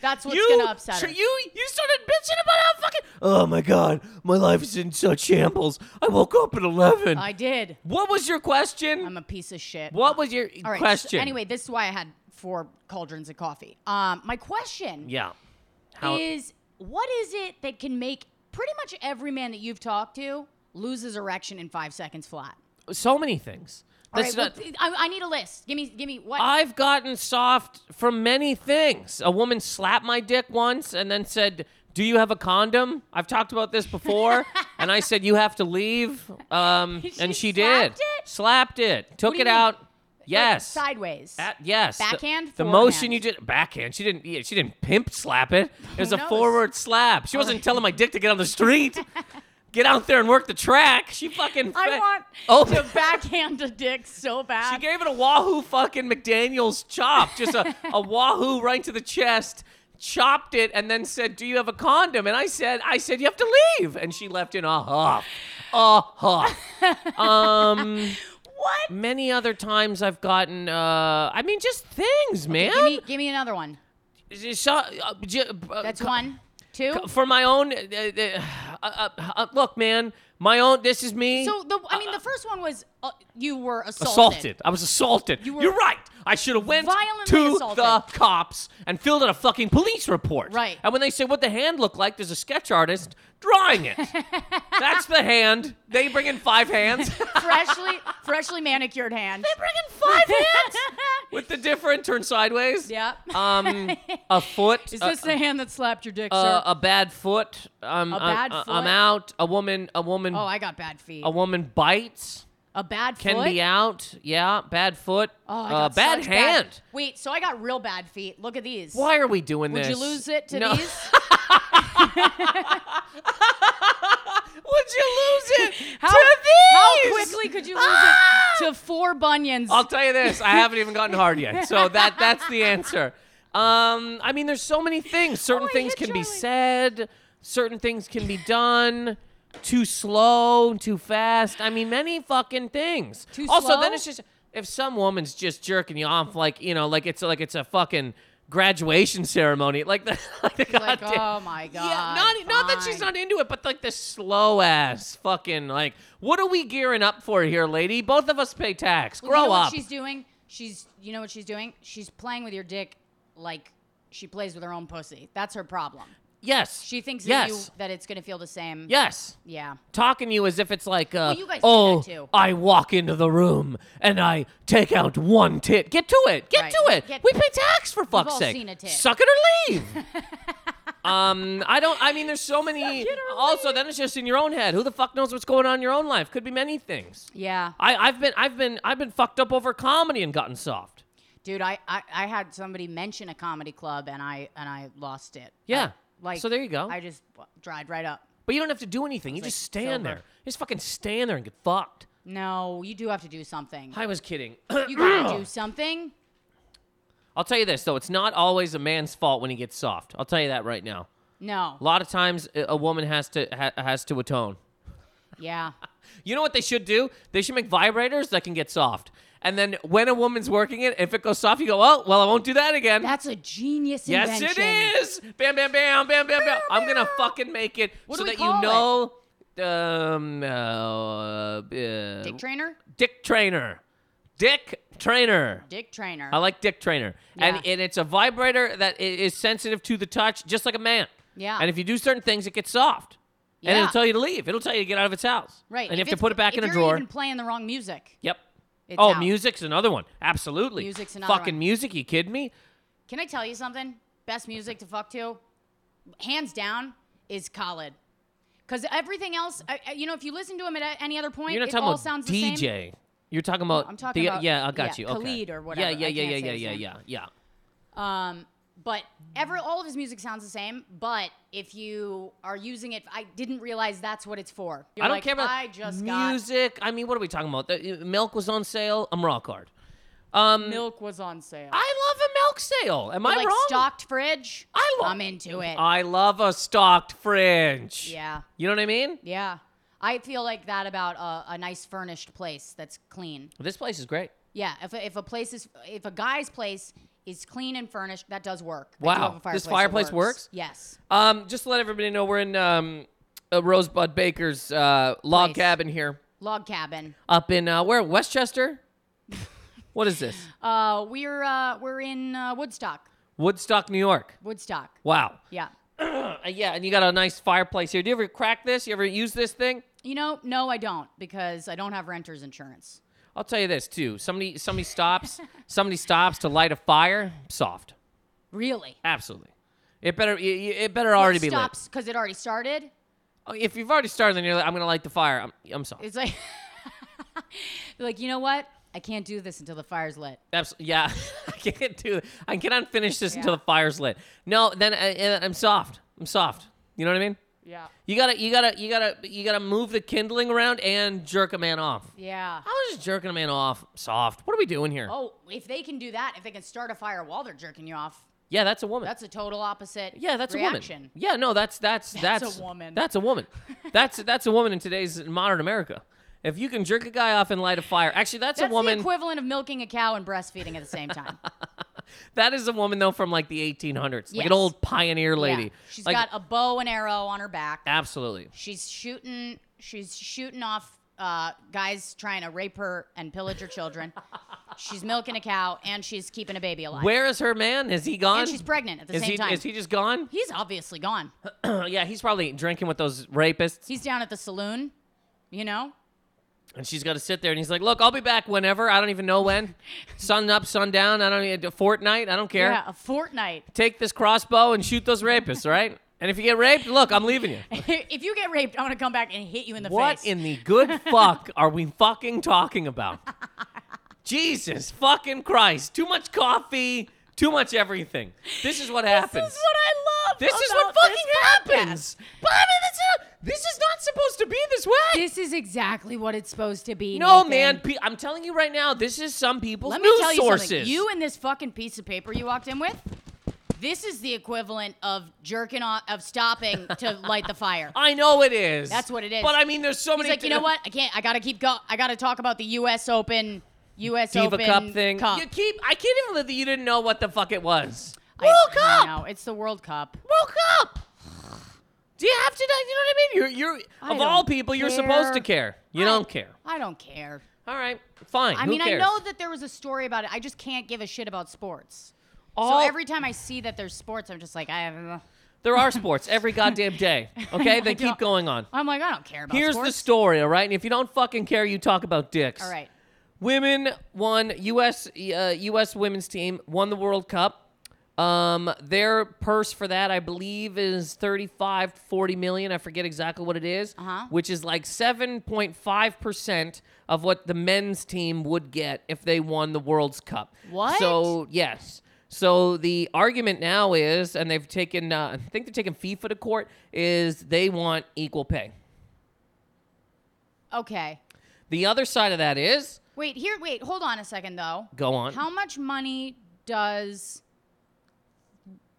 [SPEAKER 2] That's what's
[SPEAKER 1] you,
[SPEAKER 2] going to upset
[SPEAKER 1] tr-
[SPEAKER 2] her.
[SPEAKER 1] You you started bitching about how fucking. Oh my god, my life is in such shambles. I woke up at eleven.
[SPEAKER 2] I did.
[SPEAKER 1] what was your question?
[SPEAKER 2] I'm a piece of shit.
[SPEAKER 1] what was your
[SPEAKER 2] All right. so
[SPEAKER 1] question?
[SPEAKER 2] anyway, this is why I had four cauldrons of coffee. Um, my question
[SPEAKER 1] yeah. How
[SPEAKER 2] is, what is it that can make pretty much every man that you've talked to lose his erection in five seconds flat?
[SPEAKER 1] so many things.
[SPEAKER 2] All
[SPEAKER 1] That's
[SPEAKER 2] right,
[SPEAKER 1] not-
[SPEAKER 2] well, I, I need a list. Give me, give me what?
[SPEAKER 1] I've gotten soft from many things. A woman slapped my dick once and then said, "Do you have a condom?" I've talked about this before,
[SPEAKER 2] [LAUGHS]
[SPEAKER 1] and I said, "You have to leave," um,
[SPEAKER 2] She
[SPEAKER 1] and she did.
[SPEAKER 2] slapped it?
[SPEAKER 1] Slapped it. Took
[SPEAKER 2] do you
[SPEAKER 1] it
[SPEAKER 2] mean?
[SPEAKER 1] out.
[SPEAKER 2] Like,
[SPEAKER 1] Yes.
[SPEAKER 2] sideways.
[SPEAKER 1] At- yes. the-
[SPEAKER 2] Backhand,
[SPEAKER 1] The,
[SPEAKER 2] forehand?
[SPEAKER 1] motion you did backhand. She didn't. Yeah, she didn't pimp
[SPEAKER 2] [LAUGHS]
[SPEAKER 1] slap it. It was a
[SPEAKER 2] knows? Oh
[SPEAKER 1] forward slap. She wasn't
[SPEAKER 2] [LAUGHS]
[SPEAKER 1] telling my dick to get on the street. Get out there and work the track. She fucking.
[SPEAKER 2] I
[SPEAKER 1] fe- Oh.
[SPEAKER 2] want
[SPEAKER 1] Open-
[SPEAKER 2] to [LAUGHS] backhand a dick so bad.
[SPEAKER 1] She gave it a wahoo fucking McDaniel's chop, just a,
[SPEAKER 2] [LAUGHS]
[SPEAKER 1] a wahoo right to the chest. Chopped it and then said, "Do you have a condom?" And I said, "I said you have to leave." And she left in a huff, a
[SPEAKER 2] [LAUGHS]
[SPEAKER 1] huff. um,
[SPEAKER 2] what?
[SPEAKER 1] many other times I've gotten, uh, I mean, just things, man.
[SPEAKER 2] Give me, give me another one.
[SPEAKER 1] So- uh, j- uh,
[SPEAKER 2] That's
[SPEAKER 1] co-
[SPEAKER 2] one, two.
[SPEAKER 1] for my own. Uh, uh, uh, uh, uh, look, man, my own. This is me.
[SPEAKER 2] so the, I mean, the first one was uh, you were assaulted.
[SPEAKER 1] assaulted. I was assaulted.
[SPEAKER 2] You
[SPEAKER 1] You
[SPEAKER 2] were
[SPEAKER 1] are right. I should have went
[SPEAKER 2] violently
[SPEAKER 1] to
[SPEAKER 2] assaulted.
[SPEAKER 1] the cops and filled out a fucking police report.
[SPEAKER 2] Right.
[SPEAKER 1] And when they say what the hand looked like, there's a sketch artist
[SPEAKER 2] [LAUGHS]
[SPEAKER 1] drawing it. That's the hand. They bring in
[SPEAKER 2] [LAUGHS]
[SPEAKER 1] five hands.
[SPEAKER 2] [LAUGHS] Freshly, freshly manicured hand. They bring in
[SPEAKER 1] five hands?
[SPEAKER 2] [LAUGHS]
[SPEAKER 1] With the different turn sideways.
[SPEAKER 2] yeah.
[SPEAKER 1] Um, a
[SPEAKER 2] [LAUGHS]
[SPEAKER 1] foot.
[SPEAKER 2] Is
[SPEAKER 1] a-
[SPEAKER 2] this the hand that slapped your dick,
[SPEAKER 1] a,
[SPEAKER 2] sir?
[SPEAKER 1] a bad foot. Um,
[SPEAKER 2] A
[SPEAKER 1] I'm-
[SPEAKER 2] bad
[SPEAKER 1] I'm,
[SPEAKER 2] foot?
[SPEAKER 1] out. A woman. A woman.
[SPEAKER 2] oh, I got bad feet.
[SPEAKER 1] a woman bites.
[SPEAKER 2] a bad
[SPEAKER 1] Can
[SPEAKER 2] foot.
[SPEAKER 1] be out. Yeah. Bad foot.
[SPEAKER 2] Oh, I
[SPEAKER 1] Uh,
[SPEAKER 2] got
[SPEAKER 1] bad
[SPEAKER 2] such
[SPEAKER 1] hand.
[SPEAKER 2] Wait, so I got real bad feet. Look at these.
[SPEAKER 1] Why are we doing
[SPEAKER 2] Would
[SPEAKER 1] this?
[SPEAKER 2] you lose it to
[SPEAKER 1] No. [LAUGHS]
[SPEAKER 2] these?
[SPEAKER 1] Would you lose it
[SPEAKER 2] [LAUGHS] How,
[SPEAKER 1] to
[SPEAKER 2] how
[SPEAKER 1] these?
[SPEAKER 2] quickly could you lose
[SPEAKER 1] Ah!
[SPEAKER 2] it to four bunions?
[SPEAKER 1] I'll tell you this: I haven't even gotten hard yet, so that that's the answer. Um, I mean, there's so many things. Certain
[SPEAKER 2] Oh, I
[SPEAKER 1] things
[SPEAKER 2] hit
[SPEAKER 1] can be
[SPEAKER 2] Charlie.
[SPEAKER 1] said. Certain things can be done. Too slow, too fast. I mean, many fucking things.
[SPEAKER 2] Too
[SPEAKER 1] also,
[SPEAKER 2] slow?
[SPEAKER 1] then it's just if some woman's just jerking you off, like you know, like it's like it's a fucking graduation ceremony, like the [LAUGHS] like the
[SPEAKER 2] like,
[SPEAKER 1] goddamn.
[SPEAKER 2] oh my god.
[SPEAKER 1] Yeah, not, e-, not that she's
[SPEAKER 2] fine.
[SPEAKER 1] not into it, but like the slow ass fucking like, what are we gearing up for here, lady? Both of us pay tax.
[SPEAKER 2] Well,
[SPEAKER 1] Grow
[SPEAKER 2] you know
[SPEAKER 1] up.
[SPEAKER 2] What she's doing. She's. You know what she's doing? She's playing with your dick like she plays with her own pussy. That's her problem.
[SPEAKER 1] yes.
[SPEAKER 2] She thinks that
[SPEAKER 1] yes.
[SPEAKER 2] you that it's gonna feel the same.
[SPEAKER 1] Yes.
[SPEAKER 2] Yeah.
[SPEAKER 1] Talking to you as if it's like, uh,
[SPEAKER 2] you guys do
[SPEAKER 1] oh,
[SPEAKER 2] that too."
[SPEAKER 1] I walk into the room and I take out one tit. Get to it. Get
[SPEAKER 2] Right.
[SPEAKER 1] to it.
[SPEAKER 2] Get-
[SPEAKER 1] we pay tax for fuck's
[SPEAKER 2] all
[SPEAKER 1] sake.
[SPEAKER 2] seen a tit.
[SPEAKER 1] Suck it or leave.
[SPEAKER 2] [LAUGHS]
[SPEAKER 1] um, I don't. I mean, there's so many.
[SPEAKER 2] it or
[SPEAKER 1] Also, then it's just in your own head. Who the fuck knows what's going on in your own life? Could be many things.
[SPEAKER 2] Yeah.
[SPEAKER 1] I, I've been I've been I've been fucked up over comedy and gotten soft.
[SPEAKER 2] Dude, I, I I had somebody mention a comedy club and I and I lost it.
[SPEAKER 1] Yeah.
[SPEAKER 2] I- like
[SPEAKER 1] So there you go.
[SPEAKER 2] I just w- dried right up.
[SPEAKER 1] But you don't have to do anything. You
[SPEAKER 2] was,
[SPEAKER 1] just
[SPEAKER 2] like,
[SPEAKER 1] stand
[SPEAKER 2] sober.
[SPEAKER 1] there. You just fucking stand there and get fucked.
[SPEAKER 2] No, you do have to do something.
[SPEAKER 1] I was kidding. [CLEARS THROAT]
[SPEAKER 2] You gotta do something.
[SPEAKER 1] I'll tell you this though, it's not always a man's fault when he gets soft. I'll tell you that right now.
[SPEAKER 2] No.
[SPEAKER 1] A lot of times a a woman has to ha- has to atone.
[SPEAKER 2] Yeah.
[SPEAKER 1] You know what they should do? They should make vibrators that can get soft. And then when a woman's working it, if it goes soft, you go, oh, well, I won't do that again.
[SPEAKER 2] That's a genius
[SPEAKER 1] yes,
[SPEAKER 2] invention.
[SPEAKER 1] it is. Bam, bam, bam, bam, bam, bam. I'm gonna fucking make it
[SPEAKER 2] What
[SPEAKER 1] so
[SPEAKER 2] do we
[SPEAKER 1] that you
[SPEAKER 2] call it?
[SPEAKER 1] know. Um, uh, uh,
[SPEAKER 2] Dick Trainer?
[SPEAKER 1] Dick Trainer. Dick Trainer.
[SPEAKER 2] Dick Trainer.
[SPEAKER 1] I like Dick Trainer. And,
[SPEAKER 2] Yeah.
[SPEAKER 1] and it's a vibrator that i- is sensitive to the touch, just like a man.
[SPEAKER 2] Yeah.
[SPEAKER 1] And if you do certain things, it gets soft. And
[SPEAKER 2] Yeah.
[SPEAKER 1] it'll tell you to leave. It'll tell you to get out of its house.
[SPEAKER 2] right.
[SPEAKER 1] And
[SPEAKER 2] if
[SPEAKER 1] you have
[SPEAKER 2] it's-
[SPEAKER 1] to put it back
[SPEAKER 2] if
[SPEAKER 1] in a
[SPEAKER 2] you're
[SPEAKER 1] drawer.
[SPEAKER 2] even playing the wrong music.
[SPEAKER 1] Yep.
[SPEAKER 2] It's
[SPEAKER 1] oh,
[SPEAKER 2] out.
[SPEAKER 1] music's another one. Absolutely.
[SPEAKER 2] Music's another
[SPEAKER 1] Fucking
[SPEAKER 2] one.
[SPEAKER 1] music. You kidding me?
[SPEAKER 2] Can I tell you something? Best music to fuck to, hands down, is Khalid. Because everything else, I, I- you know, if you listen to him at a- any other point,
[SPEAKER 1] You're not
[SPEAKER 2] it
[SPEAKER 1] talking
[SPEAKER 2] all
[SPEAKER 1] about
[SPEAKER 2] sounds the
[SPEAKER 1] DJ.
[SPEAKER 2] same.
[SPEAKER 1] You're talking about.
[SPEAKER 2] I'm talking
[SPEAKER 1] the,
[SPEAKER 2] about-
[SPEAKER 1] Yeah, I got
[SPEAKER 2] yeah,
[SPEAKER 1] you. Okay.
[SPEAKER 2] Khalid or whatever.
[SPEAKER 1] Yeah,
[SPEAKER 2] I
[SPEAKER 1] yeah,
[SPEAKER 2] can't
[SPEAKER 1] yeah,
[SPEAKER 2] say
[SPEAKER 1] yeah,
[SPEAKER 2] his
[SPEAKER 1] yeah,
[SPEAKER 2] name.
[SPEAKER 1] yeah, yeah, yeah.
[SPEAKER 2] Um, but every all of his music sounds the same. But if you are using it, I didn't realize that's what it's for. You're
[SPEAKER 1] I don't
[SPEAKER 2] like,
[SPEAKER 1] care about
[SPEAKER 2] I just
[SPEAKER 1] music. I mean, what are we talking about? The, uh, milk was on sale. I'm raw card.
[SPEAKER 2] got milk was on sale.
[SPEAKER 1] I love a milk sale. Am I
[SPEAKER 2] like
[SPEAKER 1] wrong?
[SPEAKER 2] stocked fridge.
[SPEAKER 1] I love-
[SPEAKER 2] I'm into it.
[SPEAKER 1] I love a stocked fridge.
[SPEAKER 2] yeah,
[SPEAKER 1] You know what I mean?
[SPEAKER 2] yeah. I feel like that about a, a nice furnished place that's clean.
[SPEAKER 1] This place is great.
[SPEAKER 2] Yeah, if a, if a place is if a guy's place is clean and furnished, that does work. I do
[SPEAKER 1] Wow,
[SPEAKER 2] have a
[SPEAKER 1] this
[SPEAKER 2] fireplace that
[SPEAKER 1] fireplace works?
[SPEAKER 2] Yes.
[SPEAKER 1] Um, just to let everybody know, we're in um, uh, Rosebud Baker's uh, log
[SPEAKER 2] Place.
[SPEAKER 1] cabin here,
[SPEAKER 2] Log cabin.
[SPEAKER 1] up in uh,
[SPEAKER 2] [LAUGHS]
[SPEAKER 1] where Westchester. what is this?
[SPEAKER 2] Uh, we're uh, we're in uh, Woodstock.
[SPEAKER 1] Woodstock, New York.
[SPEAKER 2] Woodstock.
[SPEAKER 1] Wow.
[SPEAKER 2] Yeah.
[SPEAKER 1] Uh, yeah, and you got a nice fireplace here. Do you ever crack this? You ever use this thing?
[SPEAKER 2] You know, no, I don't because I don't have renter's insurance.
[SPEAKER 1] I'll tell you this too.
[SPEAKER 2] [LAUGHS]
[SPEAKER 1] Somebody, somebody stops. somebody stops to light a fire. Soft.
[SPEAKER 2] Really.
[SPEAKER 1] Absolutely. It better. It, it better already be lit.
[SPEAKER 2] stops because it already started.
[SPEAKER 1] Oh, If you've already started, then you're like, I'm gonna light the fire. I'm, I'm sorry.
[SPEAKER 2] It's like, [LAUGHS] like you know what? I can't do this until the fire's lit.
[SPEAKER 1] Abs- yeah, [LAUGHS] I can't do. I cannot finish this until
[SPEAKER 2] Yeah.
[SPEAKER 1] the fire's lit. No, then I, I- I'm soft. I'm soft. You know what I mean?
[SPEAKER 2] Yeah.
[SPEAKER 1] You gotta, you gotta, you gotta, you gotta move the kindling around and jerk a man off.
[SPEAKER 2] Yeah.
[SPEAKER 1] I was just jerking a man off, soft. What are we doing here?
[SPEAKER 2] Oh, if they can do that, if they can start a fire while they're jerking you off,
[SPEAKER 1] Yeah, that's a woman.
[SPEAKER 2] that's a total opposite.
[SPEAKER 1] yeah, that's a
[SPEAKER 2] reaction.
[SPEAKER 1] woman. Yeah, no, that's that's that's,
[SPEAKER 2] That's a woman.
[SPEAKER 1] That's
[SPEAKER 2] [LAUGHS]
[SPEAKER 1] a woman. that's that's a woman in today's modern America. If you can jerk a guy off and light a fire, actually, that's,
[SPEAKER 2] That's
[SPEAKER 1] a woman.
[SPEAKER 2] the equivalent of milking a cow and breastfeeding at the same time.
[SPEAKER 1] that is a woman though from like the 1800s, like
[SPEAKER 2] Yes.
[SPEAKER 1] an old pioneer [LAUGHS] lady.
[SPEAKER 2] Yeah.
[SPEAKER 1] She's
[SPEAKER 2] She's got a bow and arrow on her back.
[SPEAKER 1] absolutely.
[SPEAKER 2] She's shooting. She's shooting off uh, guys trying to rape her and pillage her
[SPEAKER 1] [LAUGHS]
[SPEAKER 2] children. she's milking a cow and she's keeping a baby alive.
[SPEAKER 1] Where is her man? Is he gone?
[SPEAKER 2] and she's pregnant at the
[SPEAKER 1] is
[SPEAKER 2] same
[SPEAKER 1] he
[SPEAKER 2] time.
[SPEAKER 1] is he just gone? [CLEARS THROAT]
[SPEAKER 2] He's obviously gone.
[SPEAKER 1] yeah, he's probably drinking with those rapists,
[SPEAKER 2] He's down at the saloon, you know.
[SPEAKER 1] and she's got to sit there. And he's like, "Look, I'll be back whenever. I don't even know
[SPEAKER 2] [LAUGHS]
[SPEAKER 1] when. sun up, sun down. I don't need a fortnight. I don't care.
[SPEAKER 2] Yeah, a fortnight. [LAUGHS]
[SPEAKER 1] Take this crossbow and shoot those rapists, all right? And if you get raped, look, I'm leaving you."
[SPEAKER 2] if you get raped, I'm gonna come back and hit you in the
[SPEAKER 1] What
[SPEAKER 2] face.
[SPEAKER 1] in the [LAUGHS] good fuck are we fucking talking [LAUGHS] about? Jesus fucking Christ. Too much coffee, too much everything. This is what happens.
[SPEAKER 2] This is what I love.
[SPEAKER 1] This is
[SPEAKER 2] about
[SPEAKER 1] what fucking
[SPEAKER 2] this podcast.
[SPEAKER 1] happens. But I mean, this, is, this is not supposed to be this way.
[SPEAKER 2] This is exactly what it's supposed to be.
[SPEAKER 1] no,
[SPEAKER 2] Nathan.
[SPEAKER 1] man. Pe- I'm telling you right now, this is some people's
[SPEAKER 2] Let me
[SPEAKER 1] news
[SPEAKER 2] tell you
[SPEAKER 1] sources.
[SPEAKER 2] something. You and this fucking piece of paper you walked in with, this is the equivalent of jerking off, of stopping
[SPEAKER 1] [LAUGHS]
[SPEAKER 2] to light the fire.
[SPEAKER 1] I know it is.
[SPEAKER 2] That's what it is.
[SPEAKER 1] But I mean, there's so
[SPEAKER 2] He's
[SPEAKER 1] many.
[SPEAKER 2] like, you know what? I can't. I gotta keep go. I gotta talk about the U.S. Open, U.S.
[SPEAKER 1] Diva
[SPEAKER 2] Open
[SPEAKER 1] Cup thing.
[SPEAKER 2] Cup.
[SPEAKER 1] You keep. I can't even believe that you didn't know what the fuck it was.
[SPEAKER 2] I-
[SPEAKER 1] World
[SPEAKER 2] I
[SPEAKER 1] Cup.
[SPEAKER 2] know, it's the World Cup.
[SPEAKER 1] woke up. Do you have to? You know what I mean? You're, you're
[SPEAKER 2] I
[SPEAKER 1] of all
[SPEAKER 2] don't
[SPEAKER 1] people, you're supposed to care. You
[SPEAKER 2] I-
[SPEAKER 1] don't care.
[SPEAKER 2] I don't care.
[SPEAKER 1] All right, fine.
[SPEAKER 2] I
[SPEAKER 1] Who
[SPEAKER 2] mean, I
[SPEAKER 1] cares?
[SPEAKER 2] know that there was a story about it. I just can't give a shit about sports.
[SPEAKER 1] All-
[SPEAKER 2] so every time I see that there's sports, I'm just like, I have.
[SPEAKER 1] [LAUGHS] there
[SPEAKER 2] [LAUGHS]
[SPEAKER 1] are sports every goddamn day. Okay, they
[SPEAKER 2] I
[SPEAKER 1] keep
[SPEAKER 2] don't-
[SPEAKER 1] going on.
[SPEAKER 2] I'm like, I don't care about
[SPEAKER 1] Here's
[SPEAKER 2] sports.
[SPEAKER 1] the story. All right, and if you don't fucking care, you talk about dicks.
[SPEAKER 2] All right.
[SPEAKER 1] Women won U.S. Uh, U.S. women's team won the World Cup. Um, their purse for that, I believe, is 35 to 40 million. I forget exactly what it is,
[SPEAKER 2] Uh-huh.
[SPEAKER 1] which is like 7.5 percent of what the men's team would get if they won the World's Cup.
[SPEAKER 2] What?
[SPEAKER 1] So yes. So the argument now is, and they've taken, uh, I think they're taking FIFA to court, is they want equal pay.
[SPEAKER 2] Okay.
[SPEAKER 1] The other side of that is,
[SPEAKER 2] Wait, here, wait, hold on a second though.
[SPEAKER 1] go on.
[SPEAKER 2] How much money does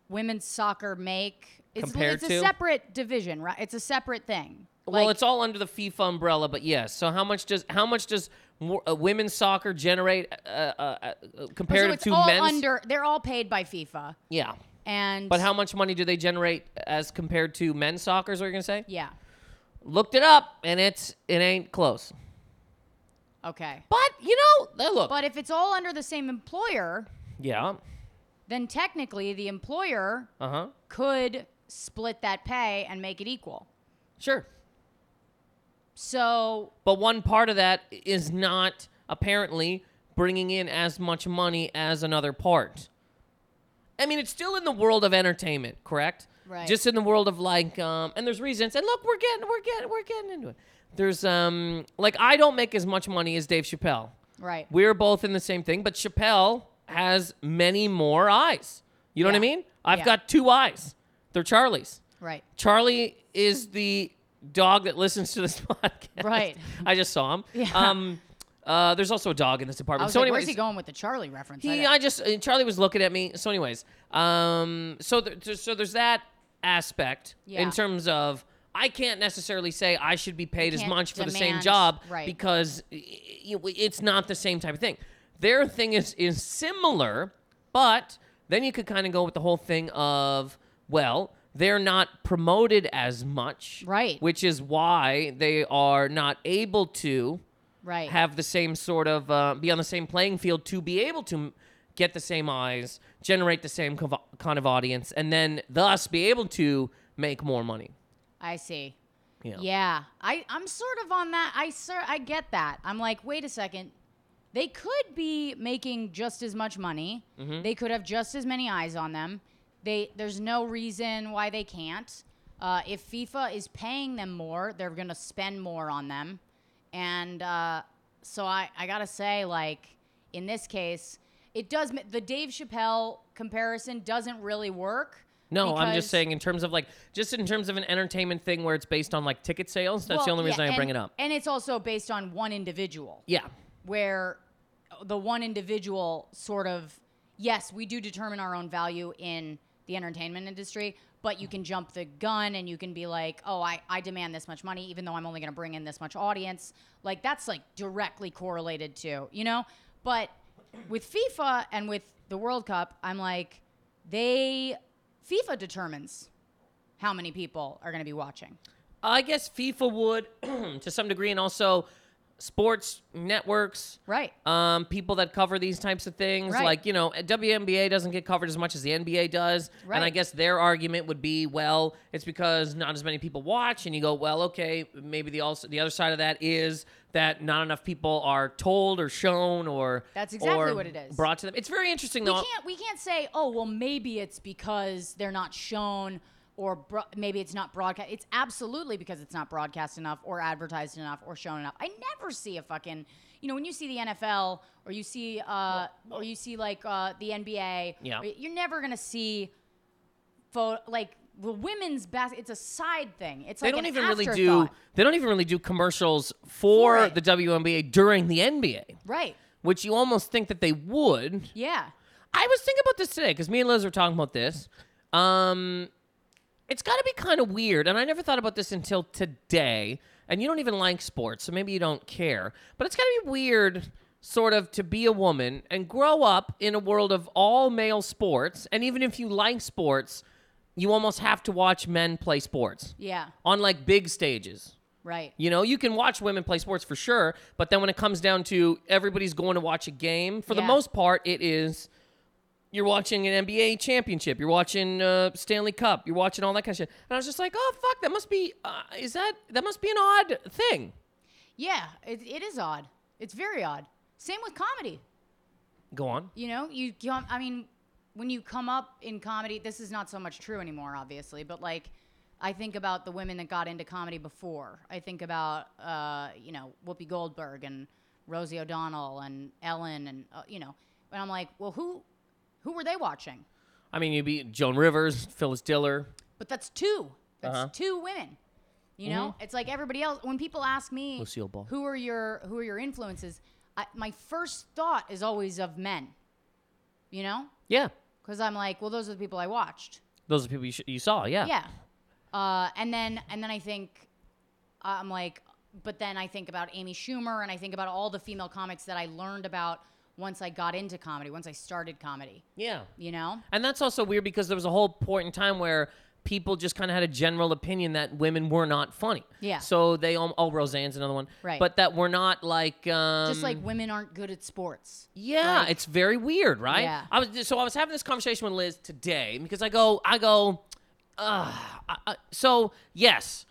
[SPEAKER 2] women's soccer make? It's,
[SPEAKER 1] Compared
[SPEAKER 2] it's a
[SPEAKER 1] to?
[SPEAKER 2] separate division, right? It's a separate thing.
[SPEAKER 1] well,
[SPEAKER 2] Like,
[SPEAKER 1] it's all under the FIFA umbrella, but yes. So how much does how much does more, uh, women's soccer generate uh, uh, uh, uh,
[SPEAKER 2] So
[SPEAKER 1] comparative
[SPEAKER 2] it's
[SPEAKER 1] to
[SPEAKER 2] all
[SPEAKER 1] men's?
[SPEAKER 2] under. They're all paid by FIFA,
[SPEAKER 1] yeah.
[SPEAKER 2] and
[SPEAKER 1] But how much money do they generate as compared to men's soccer? Is what you're gonna say?
[SPEAKER 2] Yeah.
[SPEAKER 1] Looked it up, and it's it ain't close.
[SPEAKER 2] Okay.
[SPEAKER 1] But you know, they look.
[SPEAKER 2] But if it's all under the same employer,
[SPEAKER 1] yeah.
[SPEAKER 2] then technically the employer
[SPEAKER 1] Uh huh.
[SPEAKER 2] could split that pay and make it equal.
[SPEAKER 1] Sure.
[SPEAKER 2] So
[SPEAKER 1] But one part of that is not apparently bringing in as much money as another part. I mean, it's still in the world of entertainment, correct?
[SPEAKER 2] Right.
[SPEAKER 1] Just in the world of like, um, and there's reasons. And look, we're getting, we're getting, we're getting into it. There's um, like I don't make as much money as Dave Chappelle.
[SPEAKER 2] right.
[SPEAKER 1] We're both in the same thing, but Chappelle has many more eyes. You know what I
[SPEAKER 2] Yeah.
[SPEAKER 1] mean? I've
[SPEAKER 2] Yeah.
[SPEAKER 1] got two eyes. They're Charlie's.
[SPEAKER 2] Right.
[SPEAKER 1] Charlie is the dog that listens to this [LAUGHS] podcast.
[SPEAKER 2] Right.
[SPEAKER 1] I just saw him.
[SPEAKER 2] Yeah.
[SPEAKER 1] Um, uh, there's also a dog in this
[SPEAKER 2] I
[SPEAKER 1] apartment.
[SPEAKER 2] was
[SPEAKER 1] So
[SPEAKER 2] like,
[SPEAKER 1] anyways,
[SPEAKER 2] where's he going with the Charlie reference?
[SPEAKER 1] he-
[SPEAKER 2] I,
[SPEAKER 1] I just uh, Charlie was looking at me. So anyways, um, so th- so there's that aspect
[SPEAKER 2] Yeah.
[SPEAKER 1] in terms of I can't necessarily say I should be paid as
[SPEAKER 2] can't
[SPEAKER 1] much for the same
[SPEAKER 2] demand-
[SPEAKER 1] job
[SPEAKER 2] right.
[SPEAKER 1] because i- i- it's not the same type of thing. Their thing is is similar, but then you could kind of go with the whole thing of well, they're not promoted as much,
[SPEAKER 2] Right.
[SPEAKER 1] Which is why they are not able to
[SPEAKER 2] right.
[SPEAKER 1] have the same sort of uh, be on the same playing field to be able to m- get the same eyes, generate the same conv- kind of audience, and then thus be able to make more money.
[SPEAKER 2] I see.
[SPEAKER 1] Yeah.
[SPEAKER 2] Yeah, I I'm sort of on that. I sir, I get that. I'm like, wait a second. They could be making just as much money.
[SPEAKER 1] Mm-hmm.
[SPEAKER 2] They could have just as many eyes on them. They there's no reason why they can't. Uh, if FIFA is paying them more, they're gonna spend more on them. And uh, so I I gotta say like in this case, it does ma- the Dave Chappelle comparison doesn't really work.
[SPEAKER 1] No, I'm just
[SPEAKER 2] because-
[SPEAKER 1] saying in terms of like just in terms of an entertainment thing where it's based on like ticket sales. That's the
[SPEAKER 2] Well,
[SPEAKER 1] only reason
[SPEAKER 2] yeah,
[SPEAKER 1] I bring it
[SPEAKER 2] and-
[SPEAKER 1] up.
[SPEAKER 2] And it's also based on one individual.
[SPEAKER 1] Yeah.
[SPEAKER 2] where the one individual sort of yes, we do determine our own value in the entertainment industry, but you can jump the gun and you can be like, oh, I, I demand this much money, even though I'm only going to bring in this much audience. Like that's like directly correlated to, you know? But with FIFA and with the World Cup, I'm like, they, FIFA determines how many people are going to be watching.
[SPEAKER 1] I guess FIFA would [CLEARS THROAT] to some degree, and also sports networks.
[SPEAKER 2] Right.
[SPEAKER 1] um, people that cover these types of things.
[SPEAKER 2] Right.
[SPEAKER 1] Like, you know, WNBA doesn't get covered as much as the NBA does. And I
[SPEAKER 2] Right.
[SPEAKER 1] guess their argument would be, well, it's because not as many people watch. And you go, well, okay, maybe the also the other side of that is that not enough people are told or shown or
[SPEAKER 2] That's exactly
[SPEAKER 1] or
[SPEAKER 2] what it is.
[SPEAKER 1] brought to them. It's very interesting
[SPEAKER 2] we
[SPEAKER 1] though.
[SPEAKER 2] can't we can't say oh well maybe it's because they're not shown or bro- maybe it's not broadcast it's absolutely because it's not broadcast enough or advertised enough or shown enough i never see a fucking you know when you see the nfl or you see uh or you see like uh the nba
[SPEAKER 1] Yeah.
[SPEAKER 2] you're never gonna see photo like the women's bas it's a side thing it's
[SPEAKER 1] They
[SPEAKER 2] like
[SPEAKER 1] don't
[SPEAKER 2] an
[SPEAKER 1] even really do
[SPEAKER 2] afterthought.
[SPEAKER 1] they don't even really do commercials for,
[SPEAKER 2] For it.
[SPEAKER 1] the WNBA during the NBA,
[SPEAKER 2] right
[SPEAKER 1] which you almost think that they would.
[SPEAKER 2] yeah
[SPEAKER 1] I was thinking about this today because me and Liz were talking about this. Um, it's got to be kind of weird, and I never thought about this until today. And you don't even like sports, so maybe you don't care. But it's got to be weird, sort of, to be a woman and grow up in a world of all male sports. And even if you like sports, you almost have to watch men play sports
[SPEAKER 2] yeah
[SPEAKER 1] on like big stages.
[SPEAKER 2] right
[SPEAKER 1] You know, you can watch women play sports for sure, but then when it comes down to everybody's going to watch a game, for the
[SPEAKER 2] Yeah.
[SPEAKER 1] most part, it is you're watching an NBA championship, you're watching uh, Stanley Cup, you're watching all that kind of shit. And I was just like, oh fuck, that must be uh, is that that must be an odd thing.
[SPEAKER 2] yeah it, it is odd it's very odd same with comedy
[SPEAKER 1] Go on.
[SPEAKER 2] You know, you come. I mean, when you come up in comedy, this is not so much true anymore, obviously. But like, I think about the women that got into comedy before. I think about, uh, you know, Whoopi Goldberg and Rosie O'Donnell and Ellen, and uh, you know, and I'm like, well, who, who were they watching?
[SPEAKER 1] I mean, you'd be Joan Rivers, Phyllis Diller.
[SPEAKER 2] But that's two. That's
[SPEAKER 1] Uh-huh. Mm-hmm.
[SPEAKER 2] two women. You know, it's like everybody else. When people ask me,
[SPEAKER 1] Lucille Ball.
[SPEAKER 2] who are your who are your influences? I, my first thought is always of men. You know,
[SPEAKER 1] Yeah,
[SPEAKER 2] because I'm like, well, those are the people I watched.
[SPEAKER 1] those are people Oh. you, sh- you saw. Yeah.
[SPEAKER 2] Yeah. Uh, and then and then I think I'm like, but then I think about Amy Schumer and I think about all the female comics that I learned about once I got into comedy, once I started comedy.
[SPEAKER 1] Yeah.
[SPEAKER 2] You know?
[SPEAKER 1] And that's also weird because there was a whole point in time where people just kind of had a general opinion that women were not funny.
[SPEAKER 2] Yeah.
[SPEAKER 1] So they all, oh Roseanne's another one.
[SPEAKER 2] Right.
[SPEAKER 1] But that we're not like um,
[SPEAKER 2] Just like women aren't good at sports.
[SPEAKER 1] yeah, it's very weird, right?
[SPEAKER 2] Yeah.
[SPEAKER 1] I was so I was having this conversation with Liz today because I go I go, Ugh, I, I, so yes,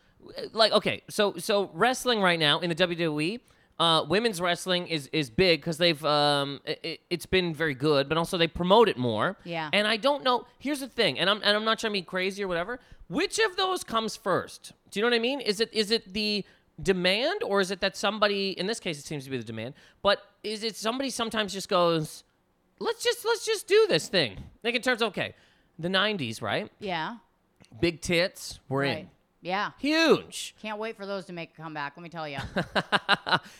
[SPEAKER 1] like okay, so so wrestling right now in the WWE. Uh, women's wrestling is is big because they've um it, it's been very good, but also they promote it more.
[SPEAKER 2] Yeah.
[SPEAKER 1] And I don't know. Here's the thing, and I'm and I'm not trying to be crazy or whatever. Which of those comes first? Do you know what I mean? Is it is it the demand or is it that somebody in this case it seems to be the demand, but is it somebody sometimes just goes, let's just let's just do this thing. Like in terms of okay, the '90s, right?
[SPEAKER 2] Yeah.
[SPEAKER 1] Big tits, we're
[SPEAKER 2] Right.
[SPEAKER 1] in.
[SPEAKER 2] Yeah.
[SPEAKER 1] Huge.
[SPEAKER 2] Can't wait for those to make a comeback. Let me tell
[SPEAKER 1] [LAUGHS]
[SPEAKER 2] you.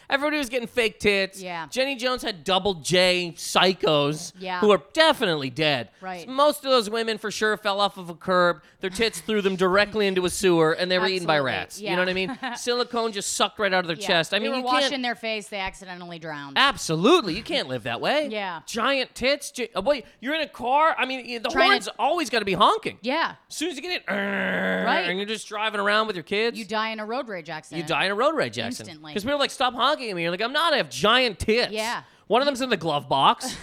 [SPEAKER 1] Everybody was getting fake tits.
[SPEAKER 2] Yeah.
[SPEAKER 1] Jenny Jones had double J psychos
[SPEAKER 2] Yeah.
[SPEAKER 1] who are definitely dead.
[SPEAKER 2] Right.
[SPEAKER 1] Most of those women for sure fell off of a curb. Their tits threw them directly into a sewer and they were eaten by
[SPEAKER 2] Absolutely.
[SPEAKER 1] rats. You
[SPEAKER 2] Yeah.
[SPEAKER 1] know what
[SPEAKER 2] [LAUGHS]
[SPEAKER 1] I mean? Silicone just sucked right out of their
[SPEAKER 2] Yeah.
[SPEAKER 1] chest. I mean,
[SPEAKER 2] they were
[SPEAKER 1] you
[SPEAKER 2] washing
[SPEAKER 1] can't.
[SPEAKER 2] their face. They accidentally drowned.
[SPEAKER 1] Absolutely, you can't live that way.
[SPEAKER 2] Yeah.
[SPEAKER 1] Giant tits. Gi- oh, wait, you're in a car. I mean, the
[SPEAKER 2] Trying to-
[SPEAKER 1] horn's always got to be honking.
[SPEAKER 2] yeah.
[SPEAKER 1] As soon as you get in, right. and you're just driving around with your kids.
[SPEAKER 2] You die in a road rage
[SPEAKER 1] You
[SPEAKER 2] accident.
[SPEAKER 1] die in a road rage accident.
[SPEAKER 2] Instantly.
[SPEAKER 1] Because people are like, stop honking at me. You're like, I'm not. I have giant tits.
[SPEAKER 2] Yeah.
[SPEAKER 1] One of them's in the glove box.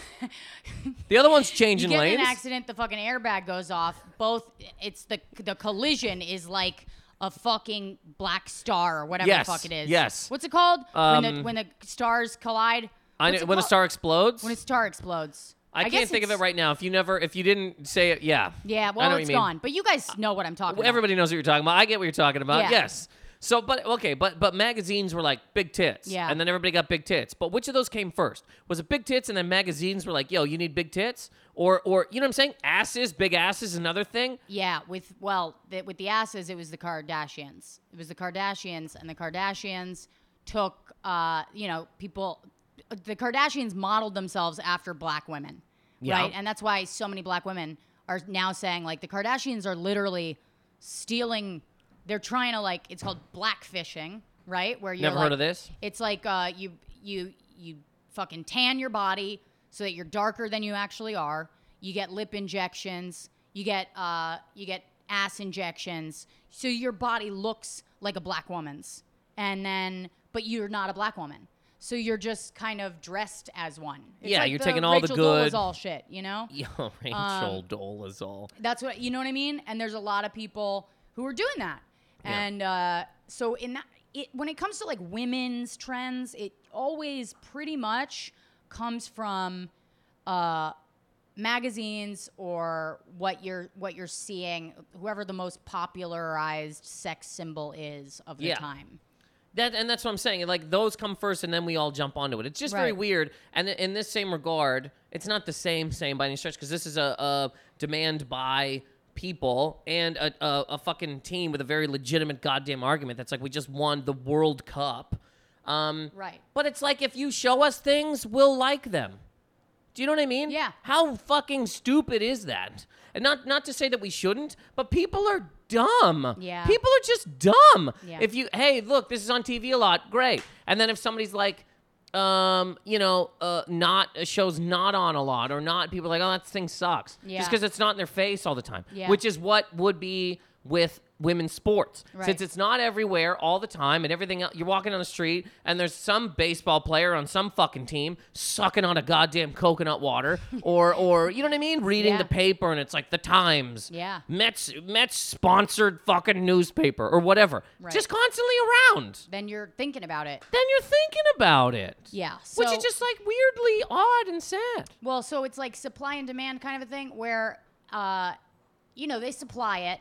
[SPEAKER 2] [LAUGHS]
[SPEAKER 1] the other one's changing
[SPEAKER 2] You get in
[SPEAKER 1] lanes.
[SPEAKER 2] an accident, the fucking airbag goes off. Both, it's the the collision is like a fucking black star or whatever
[SPEAKER 1] Yes,
[SPEAKER 2] the fuck it is.
[SPEAKER 1] yes.
[SPEAKER 2] What's it called when the
[SPEAKER 1] Um,
[SPEAKER 2] when the stars collide?
[SPEAKER 1] I
[SPEAKER 2] What's
[SPEAKER 1] know,
[SPEAKER 2] it
[SPEAKER 1] when the
[SPEAKER 2] called?
[SPEAKER 1] star explodes.
[SPEAKER 2] when a star explodes.
[SPEAKER 1] I
[SPEAKER 2] guess
[SPEAKER 1] can't think of it
[SPEAKER 2] it's-
[SPEAKER 1] right now. If you never, if you didn't say it, yeah.
[SPEAKER 2] Yeah,
[SPEAKER 1] I
[SPEAKER 2] well,
[SPEAKER 1] know what
[SPEAKER 2] it's
[SPEAKER 1] you mean.
[SPEAKER 2] gone. But you guys know what I'm talking
[SPEAKER 1] Well,
[SPEAKER 2] about.
[SPEAKER 1] Everybody knows what you're talking about. I get what you're talking about.
[SPEAKER 2] Yeah.
[SPEAKER 1] Yes. So, but okay, but but magazines were like big tits,
[SPEAKER 2] Yeah.
[SPEAKER 1] and then everybody got big tits. But which of those came first? Was it big tits, and then magazines were like, "Yo, you need big tits," or or you know what I'm saying? Asses, big asses, another thing.
[SPEAKER 2] Yeah, with well, the, with the asses, it was the Kardashians. It was the Kardashians, and the Kardashians took, uh, you know, people. The Kardashians modeled themselves after black women,
[SPEAKER 1] Yeah.
[SPEAKER 2] right? And that's why so many black women are now saying like the Kardashians are literally stealing. They're trying to like it's called blackfishing, right? Where you're
[SPEAKER 1] Never
[SPEAKER 2] like,
[SPEAKER 1] heard of this?
[SPEAKER 2] It's like uh, you you you fucking tan your body so that you're darker than you actually are. You get lip injections. You get uh, you get ass injections. So your body looks like a black woman's, and then but you're not a black woman. So you're just kind of dressed as one. It's
[SPEAKER 1] Yeah,
[SPEAKER 2] like
[SPEAKER 1] you're
[SPEAKER 2] the
[SPEAKER 1] taking all the
[SPEAKER 2] Rachel Dolezal
[SPEAKER 1] good-
[SPEAKER 2] shit, you know.
[SPEAKER 1] [LAUGHS] Yo, Rachel Dolezal.
[SPEAKER 2] That's what you know what I mean. And there's a lot of people who are doing that.
[SPEAKER 1] Yeah.
[SPEAKER 2] And uh, so in that, it, when it comes to like women's trends, it always pretty much comes from uh, magazines or what you're what you're seeing, whoever the most popularized sex symbol is of the
[SPEAKER 1] Yeah.
[SPEAKER 2] time.
[SPEAKER 1] That and that's what I'm saying. Like those come first, and then we all jump onto it. It's just very
[SPEAKER 2] Right.
[SPEAKER 1] weird. And i- in this same regard, it's not the same same by any stretch because this is a, a demand by people and a, a, a fucking team with a very legitimate goddamn argument. That's like we just won the World Cup. Um,
[SPEAKER 2] Right.
[SPEAKER 1] But it's like if you show us things, we'll like them. Do you know what I mean?
[SPEAKER 2] Yeah.
[SPEAKER 1] How fucking stupid is that? And not not to say that we shouldn't, but people are dumb.
[SPEAKER 2] Yeah.
[SPEAKER 1] People are just dumb.
[SPEAKER 2] Yeah.
[SPEAKER 1] If you hey, look, this is on TV a lot, great. And then if somebody's like um, you know, uh, not a show's not on a lot or not. People are like, oh, that thing sucks,
[SPEAKER 2] Yeah.
[SPEAKER 1] just because it's not in their face all the time.
[SPEAKER 2] Yeah.
[SPEAKER 1] Which is what would be with women's sports,
[SPEAKER 2] Right.
[SPEAKER 1] since it's it's not everywhere all the time and everything else. You're walking down the street and there's some baseball player on some fucking team sucking on a goddamn coconut
[SPEAKER 2] [LAUGHS]
[SPEAKER 1] water or or you know what I mean? Reading
[SPEAKER 2] Yeah.
[SPEAKER 1] the paper and it's like the Times.
[SPEAKER 2] Yeah.
[SPEAKER 1] Mets Mets sponsored fucking newspaper or whatever.
[SPEAKER 2] Right.
[SPEAKER 1] Just constantly around.
[SPEAKER 2] Then you're thinking about it.
[SPEAKER 1] Then you're thinking about it.
[SPEAKER 2] Yeah.
[SPEAKER 1] Which
[SPEAKER 2] so-
[SPEAKER 1] is just like weirdly odd and sad.
[SPEAKER 2] Well, so it's like supply and demand kind of a thing where, uh, you know, they supply it,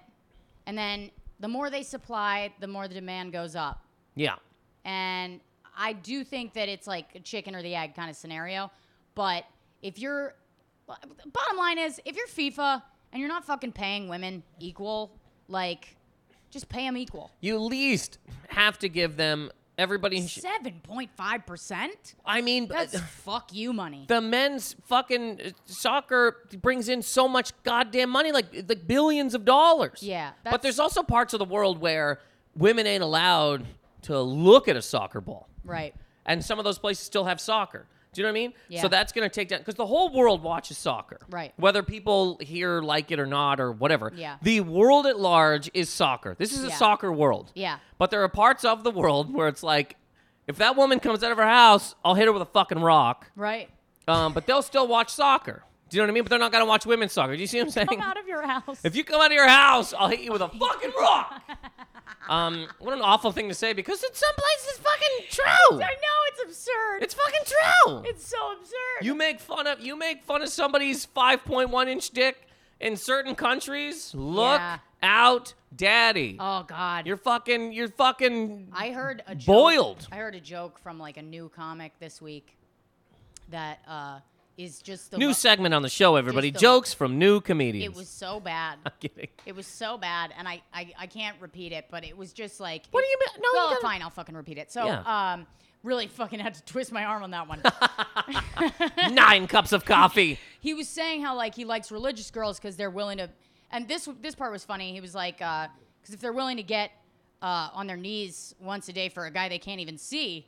[SPEAKER 2] and then the more they supply, the more the demand goes up.
[SPEAKER 1] Yeah.
[SPEAKER 2] And I do think that it's like a chicken or the egg kind of scenario. But if you're, b- bottom line is, if you're FIFA and you're not fucking paying women equal, like, just pay them equal.
[SPEAKER 1] You at least have to give them everybody sh-
[SPEAKER 2] 7.5%?
[SPEAKER 1] I mean [LAUGHS]
[SPEAKER 2] That's fuck you money.
[SPEAKER 1] the men's fucking uh, soccer brings in so much goddamn money, like like billions of dollars.
[SPEAKER 2] Yeah,
[SPEAKER 1] but
[SPEAKER 2] that's-
[SPEAKER 1] there's also parts of the world where women ain't allowed to look at a soccer ball.
[SPEAKER 2] Right.
[SPEAKER 1] And some of those places still have soccer. Do you know what I mean?
[SPEAKER 2] Yeah.
[SPEAKER 1] So that's going to take down because the whole world watches soccer.
[SPEAKER 2] Right.
[SPEAKER 1] Whether people here like it or not or whatever.
[SPEAKER 2] Yeah.
[SPEAKER 1] The world at large is soccer. This is a
[SPEAKER 2] Yeah.
[SPEAKER 1] soccer world.
[SPEAKER 2] Yeah.
[SPEAKER 1] But there are parts of the world where it's like, if that woman comes out of her house, I'll hit her with a fucking rock.
[SPEAKER 2] Right.
[SPEAKER 1] Um, but they'll still watch soccer. Do you know what I mean? But they're not going to watch women's soccer. Do you see what I'm saying?
[SPEAKER 2] Come out of your house.
[SPEAKER 1] If you come out of your house, I'll hit you with a fucking
[SPEAKER 2] [LAUGHS]
[SPEAKER 1] rock. Um, what an awful thing to say because in some places it's fucking true.
[SPEAKER 2] I know it's absurd.
[SPEAKER 1] It's fucking true.
[SPEAKER 2] It's so absurd.
[SPEAKER 1] you make fun of you make fun of somebody's 5.1 inch dick in certain countries. Look
[SPEAKER 2] Yeah.
[SPEAKER 1] out, daddy.
[SPEAKER 2] oh God.
[SPEAKER 1] You're fucking you're fucking
[SPEAKER 2] I heard a joke,
[SPEAKER 1] Boiled.
[SPEAKER 2] I heard a joke from like a new comic this week that uh is just the
[SPEAKER 1] new
[SPEAKER 2] lo-
[SPEAKER 1] segment on the show everybody.
[SPEAKER 2] Just the-
[SPEAKER 1] Jokes from new comedians.
[SPEAKER 2] It was so bad.
[SPEAKER 1] I'm kidding.
[SPEAKER 2] It was so bad, and I, I, I can't repeat it, but it was just like.
[SPEAKER 1] What
[SPEAKER 2] it-
[SPEAKER 1] do you mean? No, you
[SPEAKER 2] well,
[SPEAKER 1] gotta-
[SPEAKER 2] fine, I'll fucking repeat it. So,
[SPEAKER 1] Yeah.
[SPEAKER 2] um, really fucking had to twist my arm on that one.
[SPEAKER 1] [LAUGHS] Nine cups
[SPEAKER 2] [LAUGHS]
[SPEAKER 1] of coffee.
[SPEAKER 2] he was saying how like he likes religious girls because they're willing to, and this this part was funny. He was like, because if they're willing to get uh, on their knees once a day for a guy they can't even see,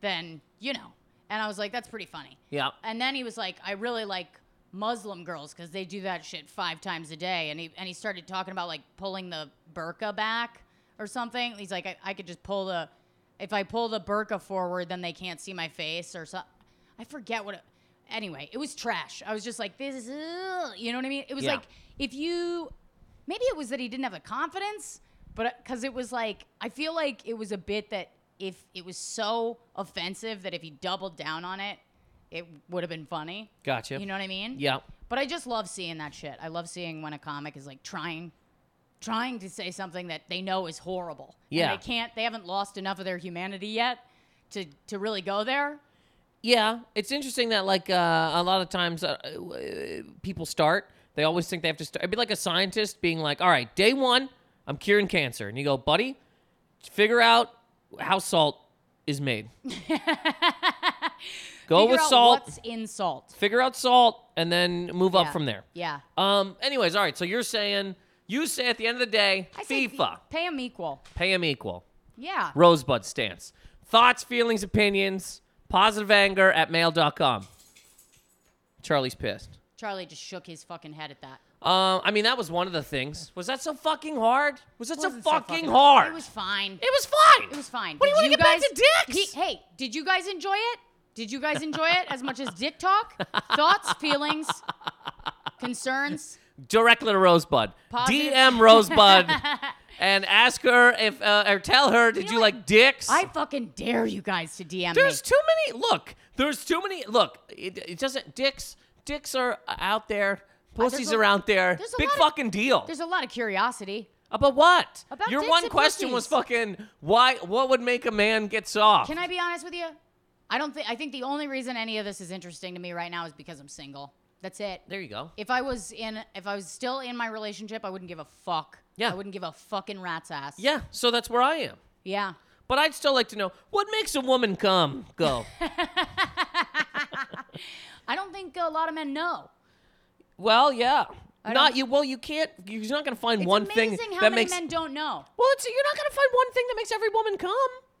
[SPEAKER 2] then you know. And I was like, that's pretty funny.
[SPEAKER 1] Yeah.
[SPEAKER 2] And then he was like, I really like Muslim girls because they do that shit five times a day. And he and he started talking about like pulling the burqa back or something. He's like, I, I could just pull the, if I pull the burqa forward, then they can't see my face or something. I forget what. It, anyway, it was trash. I was just like, this is, ugh," you know what I mean? It was
[SPEAKER 1] Yeah.
[SPEAKER 2] like if you, maybe it was that he didn't have the confidence, but because it was like I feel like it was a bit that if it was so offensive that if he doubled down on it, it would have been funny.
[SPEAKER 1] Gotcha.
[SPEAKER 2] You know what I mean?
[SPEAKER 1] Yeah.
[SPEAKER 2] But I just love seeing that shit. I love seeing when a comic is like trying trying to say something that they know is horrible. And
[SPEAKER 1] Yeah.
[SPEAKER 2] they can't they haven't lost enough of their humanity yet to to really go there.
[SPEAKER 1] Yeah, it's interesting that like uh, a lot of times uh, uh, people start, they always think they have to start. It'd be like a scientist being like, "All right, day one, I'm curing cancer," and you go, "Buddy, figure out how salt
[SPEAKER 2] [LAUGHS]
[SPEAKER 1] is made. go
[SPEAKER 2] Figure
[SPEAKER 1] with
[SPEAKER 2] out
[SPEAKER 1] salt.
[SPEAKER 2] What's in salt?
[SPEAKER 1] Figure out salt, and then move
[SPEAKER 2] Yeah.
[SPEAKER 1] up from there."
[SPEAKER 2] Yeah.
[SPEAKER 1] Um. Anyways, all right. So you're saying you say at the end of the day,
[SPEAKER 2] I say
[SPEAKER 1] FIFA,
[SPEAKER 2] pay them equal.
[SPEAKER 1] pay them equal.
[SPEAKER 2] Yeah.
[SPEAKER 1] Rosebud stance. Thoughts, feelings, opinions, positive anger at mail.com. Charlie's pissed.
[SPEAKER 2] Charlie just shook his fucking head at that.
[SPEAKER 1] Um, I mean, that was one of the things. Was that so fucking hard? Was that so fucking,
[SPEAKER 2] Wasn't so
[SPEAKER 1] hard?
[SPEAKER 2] It was fine.
[SPEAKER 1] It was fine.
[SPEAKER 2] It was fine.
[SPEAKER 1] What do you want
[SPEAKER 2] Did
[SPEAKER 1] to get
[SPEAKER 2] guys-
[SPEAKER 1] back to dicks?
[SPEAKER 2] He- hey, did you guys enjoy it? Did you guys enjoy it as much as dick
[SPEAKER 1] [LAUGHS]
[SPEAKER 2] talk? Thoughts, feelings, concerns?
[SPEAKER 1] Directly to Rosebud.
[SPEAKER 2] Positive-
[SPEAKER 1] DM
[SPEAKER 2] [LAUGHS]
[SPEAKER 1] Rosebud and ask her if, uh, or tell her, did
[SPEAKER 2] know
[SPEAKER 1] you,
[SPEAKER 2] what?
[SPEAKER 1] like dicks?
[SPEAKER 2] I fucking dare you guys to DM
[SPEAKER 1] There's
[SPEAKER 2] me.
[SPEAKER 1] too many. Look, there's too many. Look, it, it doesn't. Dicks, dicks are out there. Pussies
[SPEAKER 2] Uh, a-
[SPEAKER 1] are out there.
[SPEAKER 2] there's a
[SPEAKER 1] Big
[SPEAKER 2] lot of-
[SPEAKER 1] fucking deal.
[SPEAKER 2] There's a lot of curiosity.
[SPEAKER 1] About what?
[SPEAKER 2] About
[SPEAKER 1] Your
[SPEAKER 2] dicks
[SPEAKER 1] one
[SPEAKER 2] and
[SPEAKER 1] question was
[SPEAKER 2] pussies.
[SPEAKER 1] fucking why? What would make a man get soft?
[SPEAKER 2] Can I be honest with you? I don't think I think the only reason any of this is interesting to me right now is because I'm single. That's it.
[SPEAKER 1] There you go.
[SPEAKER 2] If I was in if I was still in my relationship, I wouldn't give a fuck.
[SPEAKER 1] Yeah.
[SPEAKER 2] I wouldn't give a fucking rat's ass.
[SPEAKER 1] yeah. So that's where I am.
[SPEAKER 2] Yeah.
[SPEAKER 1] But I'd still like to know what makes a woman come
[SPEAKER 2] [LAUGHS]
[SPEAKER 1] go.
[SPEAKER 2] I don't think a lot of men know.
[SPEAKER 1] well, yeah.
[SPEAKER 2] I
[SPEAKER 1] Not
[SPEAKER 2] don't-
[SPEAKER 1] you. Well, you can't. You're not gonna find
[SPEAKER 2] It's
[SPEAKER 1] one
[SPEAKER 2] amazing
[SPEAKER 1] thing
[SPEAKER 2] how
[SPEAKER 1] that
[SPEAKER 2] many
[SPEAKER 1] makes.
[SPEAKER 2] men don't know.
[SPEAKER 1] well, it's, you're not gonna find one thing that makes every woman come.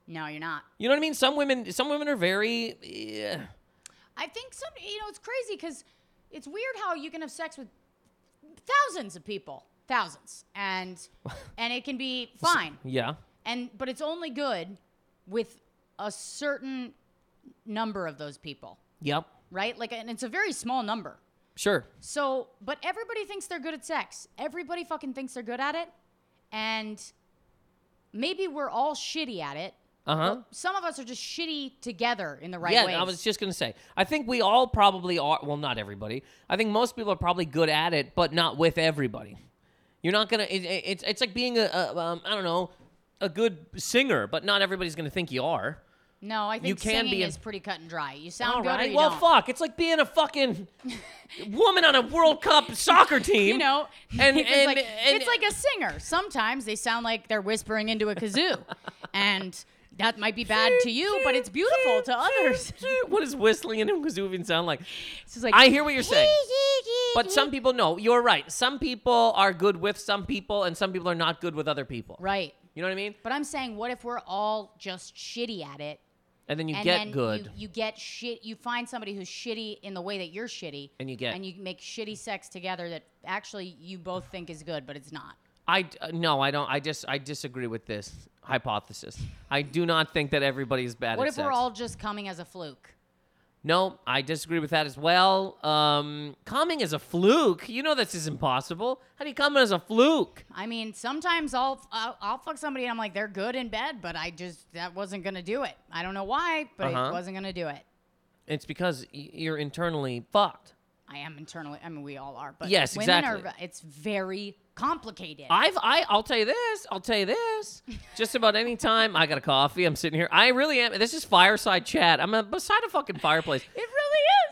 [SPEAKER 2] No, you're not.
[SPEAKER 1] You know what I mean? Some women. Some women are very. eh, Yeah.
[SPEAKER 2] I think some, you know, it's crazy because it's weird how you can have sex with thousands of people, thousands, and
[SPEAKER 1] [LAUGHS]
[SPEAKER 2] and it can be fine,
[SPEAKER 1] Yeah.
[SPEAKER 2] and but it's only good with a certain number of those people,
[SPEAKER 1] Yep.
[SPEAKER 2] right? Like, and it's a very small number.
[SPEAKER 1] Sure.
[SPEAKER 2] So, but everybody thinks they're good at sex. Everybody fucking thinks they're good at it, and maybe we're all shitty at it.
[SPEAKER 1] Uh huh.
[SPEAKER 2] Some of us are just shitty together in the right
[SPEAKER 1] yeah,
[SPEAKER 2] ways.
[SPEAKER 1] I was just gonna say. I think we all probably are. Well, not everybody. I think most people are probably good at it, but not with everybody. You're not gonna. It, it, it's it's like being a, a um, I don't know a good singer, but not everybody's gonna think you are.
[SPEAKER 2] No, I think
[SPEAKER 1] can be
[SPEAKER 2] singing
[SPEAKER 1] a-
[SPEAKER 2] is pretty cut and dry. You
[SPEAKER 1] All
[SPEAKER 2] sound
[SPEAKER 1] right.
[SPEAKER 2] good or you
[SPEAKER 1] well,
[SPEAKER 2] don't.
[SPEAKER 1] fuck. It's like being
[SPEAKER 2] [LAUGHS]
[SPEAKER 1] a fucking woman on a World Cup soccer team.
[SPEAKER 2] You know, [LAUGHS]
[SPEAKER 1] And-
[SPEAKER 2] it's,
[SPEAKER 1] and-
[SPEAKER 2] like,
[SPEAKER 1] and-
[SPEAKER 2] it's like a singer. Sometimes they sound like they're whispering into a
[SPEAKER 1] [LAUGHS]
[SPEAKER 2] kazoo, and that might be bad to you, but it's beautiful to others.
[SPEAKER 1] [LAUGHS]
[SPEAKER 2] [LAUGHS]
[SPEAKER 1] what is whistling and kazoo even sound like?
[SPEAKER 2] It's just like
[SPEAKER 1] I hear what you're saying. But
[SPEAKER 2] [LAUGHS]
[SPEAKER 1] some people, no, you're right. Some people are good with some people, and some people are not good with other people.
[SPEAKER 2] right.
[SPEAKER 1] You know what I mean?
[SPEAKER 2] But I'm saying, what if we're all just shitty at it?
[SPEAKER 1] And then you
[SPEAKER 2] and
[SPEAKER 1] get
[SPEAKER 2] then
[SPEAKER 1] good.
[SPEAKER 2] You, you get shit. You find somebody who's shitty in the way that you're shitty,
[SPEAKER 1] And you get-
[SPEAKER 2] and you make shitty sex together that actually you both think is good, but it's not.
[SPEAKER 1] I d- uh, no, I don't. I just I disagree with this hypothesis. I do not think that everybody is bad
[SPEAKER 2] What
[SPEAKER 1] at
[SPEAKER 2] if we're
[SPEAKER 1] sex.
[SPEAKER 2] all just coming as a fluke?
[SPEAKER 1] No, I disagree with that as well. Um, coming as a fluke, you know this is impossible. How do you come as a fluke?
[SPEAKER 2] I mean, sometimes I'll, I'll I'll fuck somebody and I'm like they're good in bed, but I just that wasn't gonna do it. I don't know why, but
[SPEAKER 1] Uh-huh.
[SPEAKER 2] it wasn't gonna do it.
[SPEAKER 1] It's because y- you're internally fucked.
[SPEAKER 2] I am internally. I mean, we all are, but
[SPEAKER 1] Yes,
[SPEAKER 2] women are.
[SPEAKER 1] exactly.
[SPEAKER 2] It's very complicated.
[SPEAKER 1] I've I I'll tell you this. I'll tell
[SPEAKER 2] [LAUGHS]
[SPEAKER 1] you this. Just about any time I got a coffee, I'm sitting here. I really am. This is fireside chat. I'm uh beside a fucking fireplace.
[SPEAKER 2] it really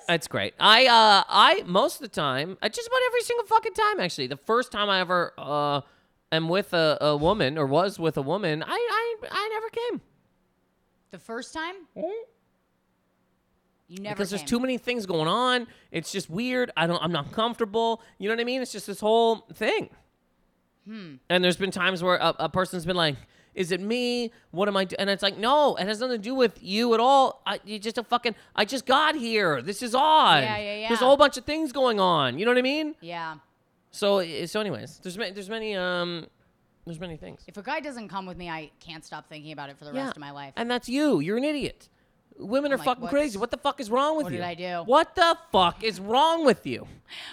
[SPEAKER 2] is.
[SPEAKER 1] That's great. I uh I most of the time, uh, just about every single fucking time actually. The first time I ever uh am with a, a woman or was with a woman, I I I never came.
[SPEAKER 2] the first time you never
[SPEAKER 1] because there's
[SPEAKER 2] came.
[SPEAKER 1] too many things going on. It's just weird. I don't. I'm not comfortable. You know what I mean? It's just this whole thing.
[SPEAKER 2] Hmm.
[SPEAKER 1] And there's been times where a, a person's been like, "Is it me? What am I?" Do-? And it's like, "No, it has nothing to do with you at all. I, you just a fucking. I just got here. This is odd.
[SPEAKER 2] Yeah, yeah,
[SPEAKER 1] There's a
[SPEAKER 2] yeah.
[SPEAKER 1] whole bunch of things going on. You know what I mean?
[SPEAKER 2] Yeah.
[SPEAKER 1] So, eh, so anyways, there's ma- there's many um, there's many things.
[SPEAKER 2] If a guy doesn't come with me, I can't stop thinking about it for the rest of my life.
[SPEAKER 1] And that's you. You're an idiot. Women are
[SPEAKER 2] like,
[SPEAKER 1] fucking
[SPEAKER 2] what's-
[SPEAKER 1] crazy. What the fuck is wrong with
[SPEAKER 2] what
[SPEAKER 1] you?
[SPEAKER 2] did I do?
[SPEAKER 1] What the fuck is wrong with you?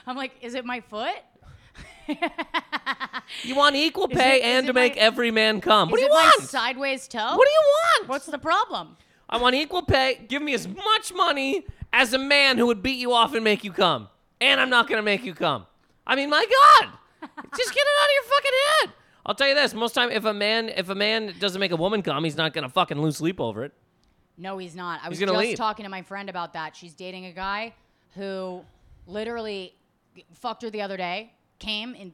[SPEAKER 2] I'm like, is it my foot? [LAUGHS]
[SPEAKER 1] You want equal pay
[SPEAKER 2] it- is
[SPEAKER 1] and to
[SPEAKER 2] it
[SPEAKER 1] make
[SPEAKER 2] my-
[SPEAKER 1] every man come. What
[SPEAKER 2] is
[SPEAKER 1] do you
[SPEAKER 2] it
[SPEAKER 1] want?
[SPEAKER 2] my sideways toe?
[SPEAKER 1] what do you want?
[SPEAKER 2] What's the problem?
[SPEAKER 1] I want equal pay. Give me as much money as a man who would beat you off and make you come. And I'm not going to make you come. I mean, my
[SPEAKER 2] [LAUGHS]
[SPEAKER 1] God. Just get it out of your fucking head. I'll tell you this, most time if a man if a man doesn't make a woman come, he's not going to fucking lose sleep over it. [LAUGHS]
[SPEAKER 2] No, he's not. I was
[SPEAKER 1] gonna
[SPEAKER 2] just
[SPEAKER 1] leave.
[SPEAKER 2] talking to my friend about that. She's dating a guy who literally fucked her the other day, came and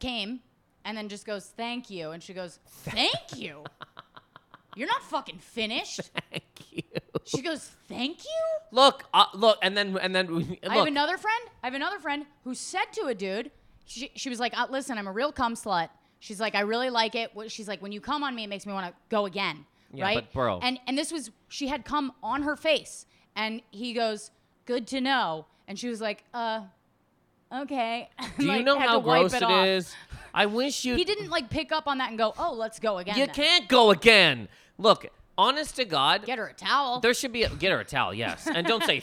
[SPEAKER 2] came, and then just goes, "Thank you," and she goes, "Thank you."
[SPEAKER 1] [LAUGHS]
[SPEAKER 2] You're not fucking finished.
[SPEAKER 1] Thank you.
[SPEAKER 2] She goes, "Thank you."
[SPEAKER 1] Look, uh, look, and then and then look.
[SPEAKER 2] I have another friend. I have another friend who said to a dude, she, she was like, uh, "Listen, I'm a real cum slut." She's like, "I really like it." Wh- She's like, "When you come on me, it makes me want to go again."
[SPEAKER 1] Yeah,
[SPEAKER 2] right,
[SPEAKER 1] but bro.
[SPEAKER 2] And and this was she had cum on her face, and he goes, "Good to know." And she was like, "Uh, okay." [LAUGHS]
[SPEAKER 1] Do you
[SPEAKER 2] Like,
[SPEAKER 1] know
[SPEAKER 2] had
[SPEAKER 1] how
[SPEAKER 2] to wipe
[SPEAKER 1] gross it is?
[SPEAKER 2] off.
[SPEAKER 1] I wish you
[SPEAKER 2] He didn't like pick up on that and go, "Oh, let's go again."
[SPEAKER 1] You
[SPEAKER 2] then."
[SPEAKER 1] can't go again. Look, honest to God,
[SPEAKER 2] get her a towel.
[SPEAKER 1] there should be a, get her a towel, yes, and don't say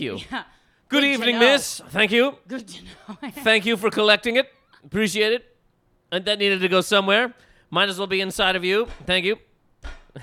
[SPEAKER 2] [LAUGHS]
[SPEAKER 1] you. Good,
[SPEAKER 2] Good to
[SPEAKER 1] evening,
[SPEAKER 2] know.
[SPEAKER 1] Miss. Thank you.
[SPEAKER 2] [LAUGHS] Good to know. [LAUGHS]
[SPEAKER 1] Thank you for collecting it. Appreciate it. And that needed to go somewhere. Might as well be inside of you. Thank you. [LAUGHS]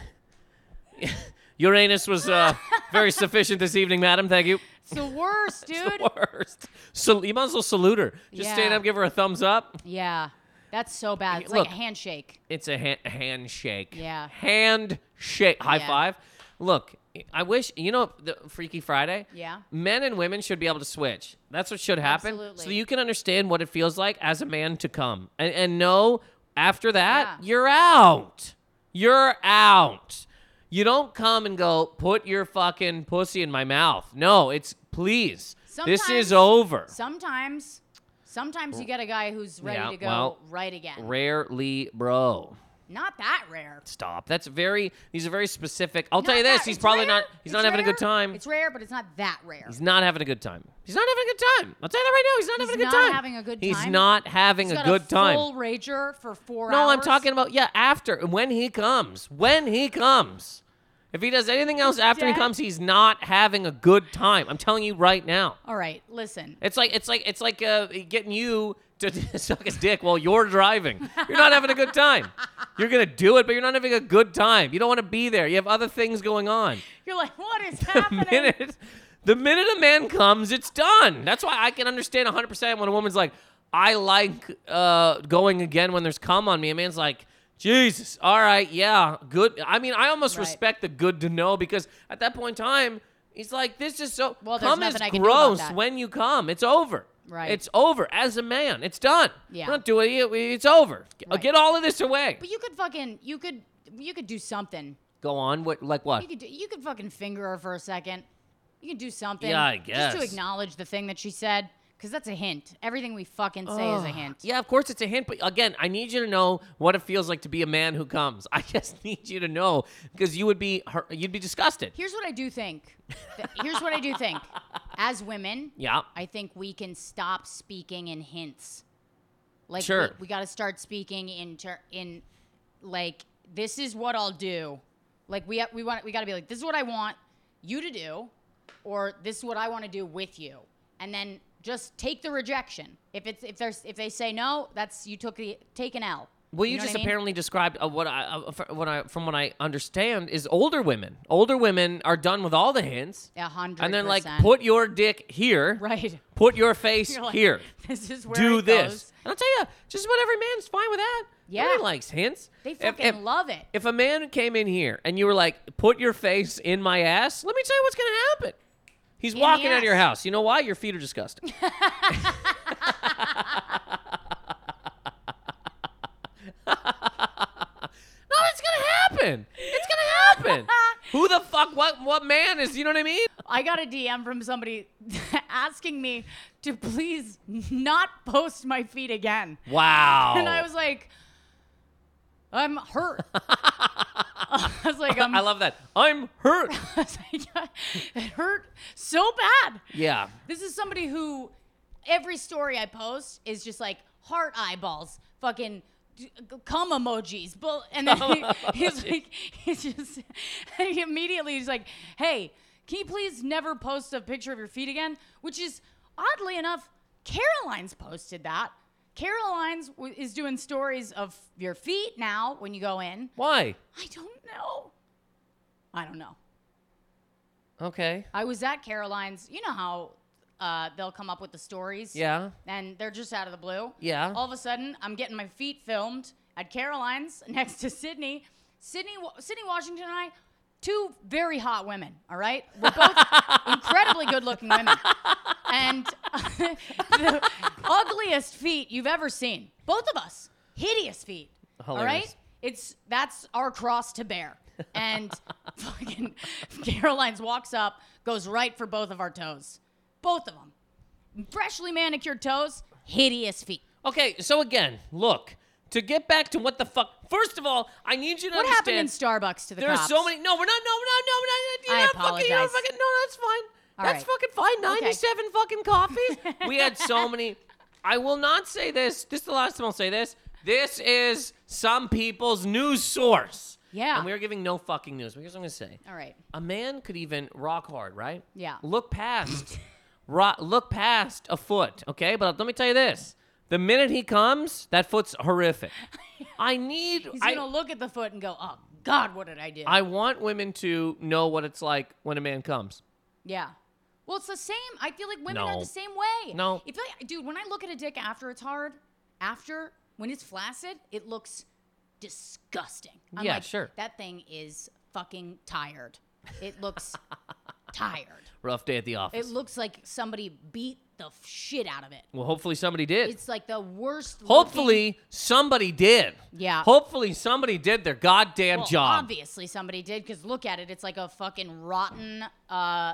[SPEAKER 1] Uranus was uh, very sufficient this evening, madam. Thank you.
[SPEAKER 2] it's the worst, dude.
[SPEAKER 1] The [LAUGHS] worst. So you might as well salute her. Just stand
[SPEAKER 2] Yeah.
[SPEAKER 1] up, give her a thumbs up.
[SPEAKER 2] Yeah, that's so bad. It's like
[SPEAKER 1] Look.
[SPEAKER 2] a handshake.
[SPEAKER 1] It's a hand, handshake.
[SPEAKER 2] Yeah.
[SPEAKER 1] Handshake. High
[SPEAKER 2] Yeah.
[SPEAKER 1] five. Look, I wish you know the Freaky Friday.
[SPEAKER 2] Yeah.
[SPEAKER 1] Men and women should be able to switch. That's what should happen. So that
[SPEAKER 2] Absolutely.
[SPEAKER 1] you can understand what it feels like as a man to come and and know after that
[SPEAKER 2] Yeah.
[SPEAKER 1] you're out. You're out. You don't come and go put your fucking pussy in my mouth. No, it's please. this is
[SPEAKER 2] Sometimes-
[SPEAKER 1] over.
[SPEAKER 2] Sometimes, sometimes you get a guy who's ready
[SPEAKER 1] Yeah,
[SPEAKER 2] to go
[SPEAKER 1] well,
[SPEAKER 2] right again.
[SPEAKER 1] Rarely, bro.
[SPEAKER 2] Not that rare.
[SPEAKER 1] Stop. That's very. These are very specific. I'll
[SPEAKER 2] Not
[SPEAKER 1] tell you this.
[SPEAKER 2] that-
[SPEAKER 1] He's
[SPEAKER 2] it's
[SPEAKER 1] probably
[SPEAKER 2] rare,
[SPEAKER 1] not.
[SPEAKER 2] it's
[SPEAKER 1] He's not having a good
[SPEAKER 2] rare,
[SPEAKER 1] time.
[SPEAKER 2] It's rare, but it's not that rare.
[SPEAKER 1] he's not having a good time. He's not having a good time. I'll tell you that right now. He's not
[SPEAKER 2] He's
[SPEAKER 1] having a good
[SPEAKER 2] not
[SPEAKER 1] time.
[SPEAKER 2] having a good
[SPEAKER 1] He's
[SPEAKER 2] time?
[SPEAKER 1] not having
[SPEAKER 2] He's
[SPEAKER 1] a
[SPEAKER 2] got
[SPEAKER 1] good time.
[SPEAKER 2] full rager for four hours.
[SPEAKER 1] No, I'm talking about yeah. After when he comes, when he comes. If he does anything else after he
[SPEAKER 2] Dead.
[SPEAKER 1] comes, he's not having a good time. I'm telling you right now.
[SPEAKER 2] All right, listen.
[SPEAKER 1] It's like it's like it's like uh, getting you to [LAUGHS] suck his dick while you're driving. You're not having a good time. You're gonna do it, but you're not having a good time. You don't want to be there. You have other things going on.
[SPEAKER 2] You're like, what
[SPEAKER 1] [LAUGHS]
[SPEAKER 2] is
[SPEAKER 1] The
[SPEAKER 2] [LAUGHS] happening?
[SPEAKER 1] minute, the minute a man comes, it's done. That's why I can understand 100% when a woman's like, I like uh, going again when there's cum on me. A man's like, Jesus, all right, yeah, good. I mean, I almost
[SPEAKER 2] Right.
[SPEAKER 1] respect the good to know because at that point in time, he's like, this is so.
[SPEAKER 2] Well, there's
[SPEAKER 1] cum is
[SPEAKER 2] nothing I can do about
[SPEAKER 1] gross
[SPEAKER 2] that.
[SPEAKER 1] when you come. It's over.
[SPEAKER 2] Right.
[SPEAKER 1] It's over as a man. It's done.
[SPEAKER 2] Yeah.
[SPEAKER 1] We're not doing it. It's over.
[SPEAKER 2] Right.
[SPEAKER 1] Get all of this away.
[SPEAKER 2] But you could fucking, you could, you could do something.
[SPEAKER 1] Go on. What? Like what?
[SPEAKER 2] You could, do, you could fucking finger her for a second. You could do something.
[SPEAKER 1] Yeah, I
[SPEAKER 2] Just
[SPEAKER 1] guess.
[SPEAKER 2] to acknowledge the thing that she said. Because that's a hint. Everything we fucking say is a hint.
[SPEAKER 1] Yeah, of course it's a hint, but again, I need you to know what it feels like to be a man who comes. [LAUGHS] I just need you to know because you would be hurt, you'd be disgusted.
[SPEAKER 2] Here's what I do think. Th- Here's what I do
[SPEAKER 1] [LAUGHS]
[SPEAKER 2] think. As women,
[SPEAKER 1] Yeah.
[SPEAKER 2] I think we can stop speaking in hints. Like
[SPEAKER 1] Sure.
[SPEAKER 2] we, got to start speaking in ter- in like this is what I'll do. Like we ha- we want we got to be like this is what I want you to do or this is what I want to do with you. And then just take the rejection. If it's if there's if they say no, that's you took the take an L.
[SPEAKER 1] Well, you,
[SPEAKER 2] know
[SPEAKER 1] just
[SPEAKER 2] what I mean?
[SPEAKER 1] apparently described uh, what I uh, fr- what I from what I understand is older women. Older women are done with all the hints,
[SPEAKER 2] a 100%.
[SPEAKER 1] and then like put your dick here,
[SPEAKER 2] [LAUGHS] right
[SPEAKER 1] put your face
[SPEAKER 2] [LAUGHS] You're like,
[SPEAKER 1] here,
[SPEAKER 2] This is where
[SPEAKER 1] do
[SPEAKER 2] it
[SPEAKER 1] this.
[SPEAKER 2] goes.
[SPEAKER 1] And I'll tell you, just about every man's fine with that.
[SPEAKER 2] Yeah.
[SPEAKER 1] Nobody likes hints.
[SPEAKER 2] They
[SPEAKER 1] If-
[SPEAKER 2] fucking
[SPEAKER 1] if-
[SPEAKER 2] love it. [LAUGHS]
[SPEAKER 1] If a man came in here and you were like, put your face in my ass, let me tell you what's going to happen. He's
[SPEAKER 2] the
[SPEAKER 1] walking out of
[SPEAKER 2] ass.
[SPEAKER 1] your house. You know why? Your feet
[SPEAKER 2] [LAUGHS]
[SPEAKER 1] are disgusting. no, it's going to happen. It's going to happen. Who the fuck, what, what man is, you know what I mean?
[SPEAKER 2] [LAUGHS] I got a DM from somebody [LAUGHS] asking me to please not post my feet again.
[SPEAKER 1] Wow.
[SPEAKER 2] [LAUGHS] And I was like, I'm
[SPEAKER 1] [LAUGHS]
[SPEAKER 2] hurt. [LAUGHS] I was like, I'm,
[SPEAKER 1] I love that. I'm hurt.
[SPEAKER 2] [LAUGHS] I was like, [LAUGHS] it hurt so bad.
[SPEAKER 1] yeah.
[SPEAKER 2] This is somebody who every story I post is just like heart eyeballs, fucking d- cum emojis, bull, and then he,
[SPEAKER 1] Cum
[SPEAKER 2] he's like, he's just, and he immediately he's like, hey, can you please never post a picture of your feet again? Which is oddly enough, Caroline's posted that. Caroline's w- is doing stories of your feet now when you go in.
[SPEAKER 1] Why?
[SPEAKER 2] I don't know. I don't know.
[SPEAKER 1] Okay.
[SPEAKER 2] I was at Caroline's. You know how uh, they'll come up with the stories.
[SPEAKER 1] Yeah.
[SPEAKER 2] And they're just out of the blue.
[SPEAKER 1] Yeah.
[SPEAKER 2] All of a sudden, I'm getting my feet filmed at Caroline's [LAUGHS] next to Sydney. Sydney, Wa- Sydney Washington and I, two very hot women, all right? We're
[SPEAKER 1] [LAUGHS]
[SPEAKER 2] both incredibly good looking women. And [LAUGHS] the ugliest feet you've ever seen. Both of us. Hideous feet. All
[SPEAKER 1] Hilarious.
[SPEAKER 2] right? It's that's our cross to bear. And [LAUGHS] fucking Caroline's walks up, goes right for both of our toes. Both of them. Freshly manicured toes, hideous feet.
[SPEAKER 1] Okay, so again, look, to get back to what the fuck. First of all, I need you to
[SPEAKER 2] What
[SPEAKER 1] understand.
[SPEAKER 2] happened in Starbucks to the
[SPEAKER 1] There are
[SPEAKER 2] cops?
[SPEAKER 1] so many. No, we're not. No, we're not. No, we're not. You're
[SPEAKER 2] I
[SPEAKER 1] not fucking. You're not
[SPEAKER 2] apologize.
[SPEAKER 1] fucking. No, that's fine.
[SPEAKER 2] All
[SPEAKER 1] that's
[SPEAKER 2] right.
[SPEAKER 1] fucking fine.
[SPEAKER 2] Okay.
[SPEAKER 1] Ninety-seven fucking
[SPEAKER 2] [LAUGHS]
[SPEAKER 1] coffees. we had so many. I will not say this. This is the last time I'll say this. This is some people's news source.
[SPEAKER 2] Yeah.
[SPEAKER 1] And we are giving no fucking news. But here's what I'm gonna say.
[SPEAKER 2] All right.
[SPEAKER 1] A man could even rock hard, right?
[SPEAKER 2] Yeah.
[SPEAKER 1] Look
[SPEAKER 2] [LAUGHS]
[SPEAKER 1] past, ro- look past a foot, okay? But let me tell you this: the minute he comes, that foot's
[SPEAKER 2] [LAUGHS]
[SPEAKER 1] horrific. I need.
[SPEAKER 2] He's
[SPEAKER 1] I,
[SPEAKER 2] gonna look at the foot and go, "Oh God, what did I do?"
[SPEAKER 1] I want women to know what it's like when a man comes.
[SPEAKER 2] yeah. Well, it's the same. I feel like women are
[SPEAKER 1] No.
[SPEAKER 2] the same way.
[SPEAKER 1] No.
[SPEAKER 2] If I, dude, when I look at a dick after it's hard, after when it's flaccid, it looks disgusting. I'm
[SPEAKER 1] Yeah,
[SPEAKER 2] like,
[SPEAKER 1] sure.
[SPEAKER 2] That thing is fucking tired. It looks [LAUGHS] tired.
[SPEAKER 1] Rough day at the
[SPEAKER 2] It
[SPEAKER 1] office.
[SPEAKER 2] looks like somebody beat the shit out of it.
[SPEAKER 1] well, hopefully somebody did.
[SPEAKER 2] It's like the worst. looking-
[SPEAKER 1] hopefully somebody did.
[SPEAKER 2] Yeah.
[SPEAKER 1] Hopefully somebody did their goddamn
[SPEAKER 2] Well,
[SPEAKER 1] job.
[SPEAKER 2] Obviously, somebody did because look at it. It's like a fucking rotten uh,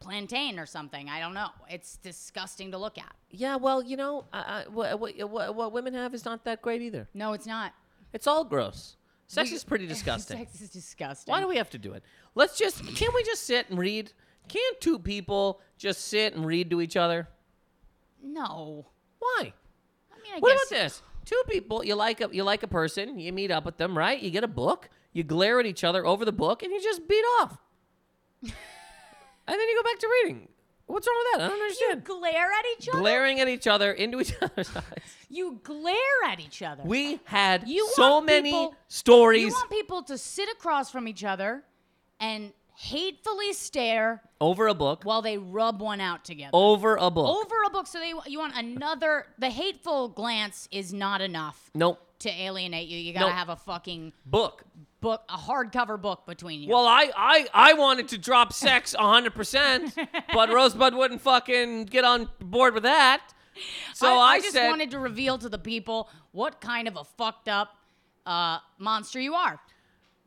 [SPEAKER 2] plantain or something. I don't know. It's disgusting to look at.
[SPEAKER 1] Yeah. Well, you know, I, I, what, what, what, what women have is not that great either.
[SPEAKER 2] No, it's not.
[SPEAKER 1] It's all gross. Sex
[SPEAKER 2] We-
[SPEAKER 1] is [LAUGHS]
[SPEAKER 2] [LAUGHS]
[SPEAKER 1] pretty disgusting.
[SPEAKER 2] Sex is disgusting.
[SPEAKER 1] Why do we have to do it? Let's just. Can't we just sit and read? Can't two people just sit and read to each other?
[SPEAKER 2] No.
[SPEAKER 1] Why?
[SPEAKER 2] I mean, I
[SPEAKER 1] What
[SPEAKER 2] guess.
[SPEAKER 1] about this? Two people, you like a you like a person, you meet up with them, right? You get a book, you glare at each other over the book, and you just beat
[SPEAKER 2] [LAUGHS]
[SPEAKER 1] off. and then you go back to reading. What's wrong with that? I don't
[SPEAKER 2] You
[SPEAKER 1] understand.
[SPEAKER 2] glare at each other.
[SPEAKER 1] Glaring at each other into each other's [LAUGHS] eyes.
[SPEAKER 2] You glare at each other.
[SPEAKER 1] We had
[SPEAKER 2] You
[SPEAKER 1] so
[SPEAKER 2] want
[SPEAKER 1] many
[SPEAKER 2] people- you
[SPEAKER 1] stories
[SPEAKER 2] want people to sit across from each other and hatefully stare
[SPEAKER 1] over a book,
[SPEAKER 2] while they rub one out together.
[SPEAKER 1] over a book.
[SPEAKER 2] Over a book, so they you want another. The hateful glance is not enough.
[SPEAKER 1] Nope,
[SPEAKER 2] to alienate you. You gotta
[SPEAKER 1] No.
[SPEAKER 2] have a fucking
[SPEAKER 1] book.
[SPEAKER 2] book, a hardcover book between you.
[SPEAKER 1] Well, I, I, I wanted to drop sex 100%,
[SPEAKER 2] [LAUGHS]
[SPEAKER 1] but Rosebud wouldn't fucking get on board with that. So I,
[SPEAKER 2] I, just
[SPEAKER 1] said,
[SPEAKER 2] wanted to reveal to the people what kind of a fucked up uh, monster you are.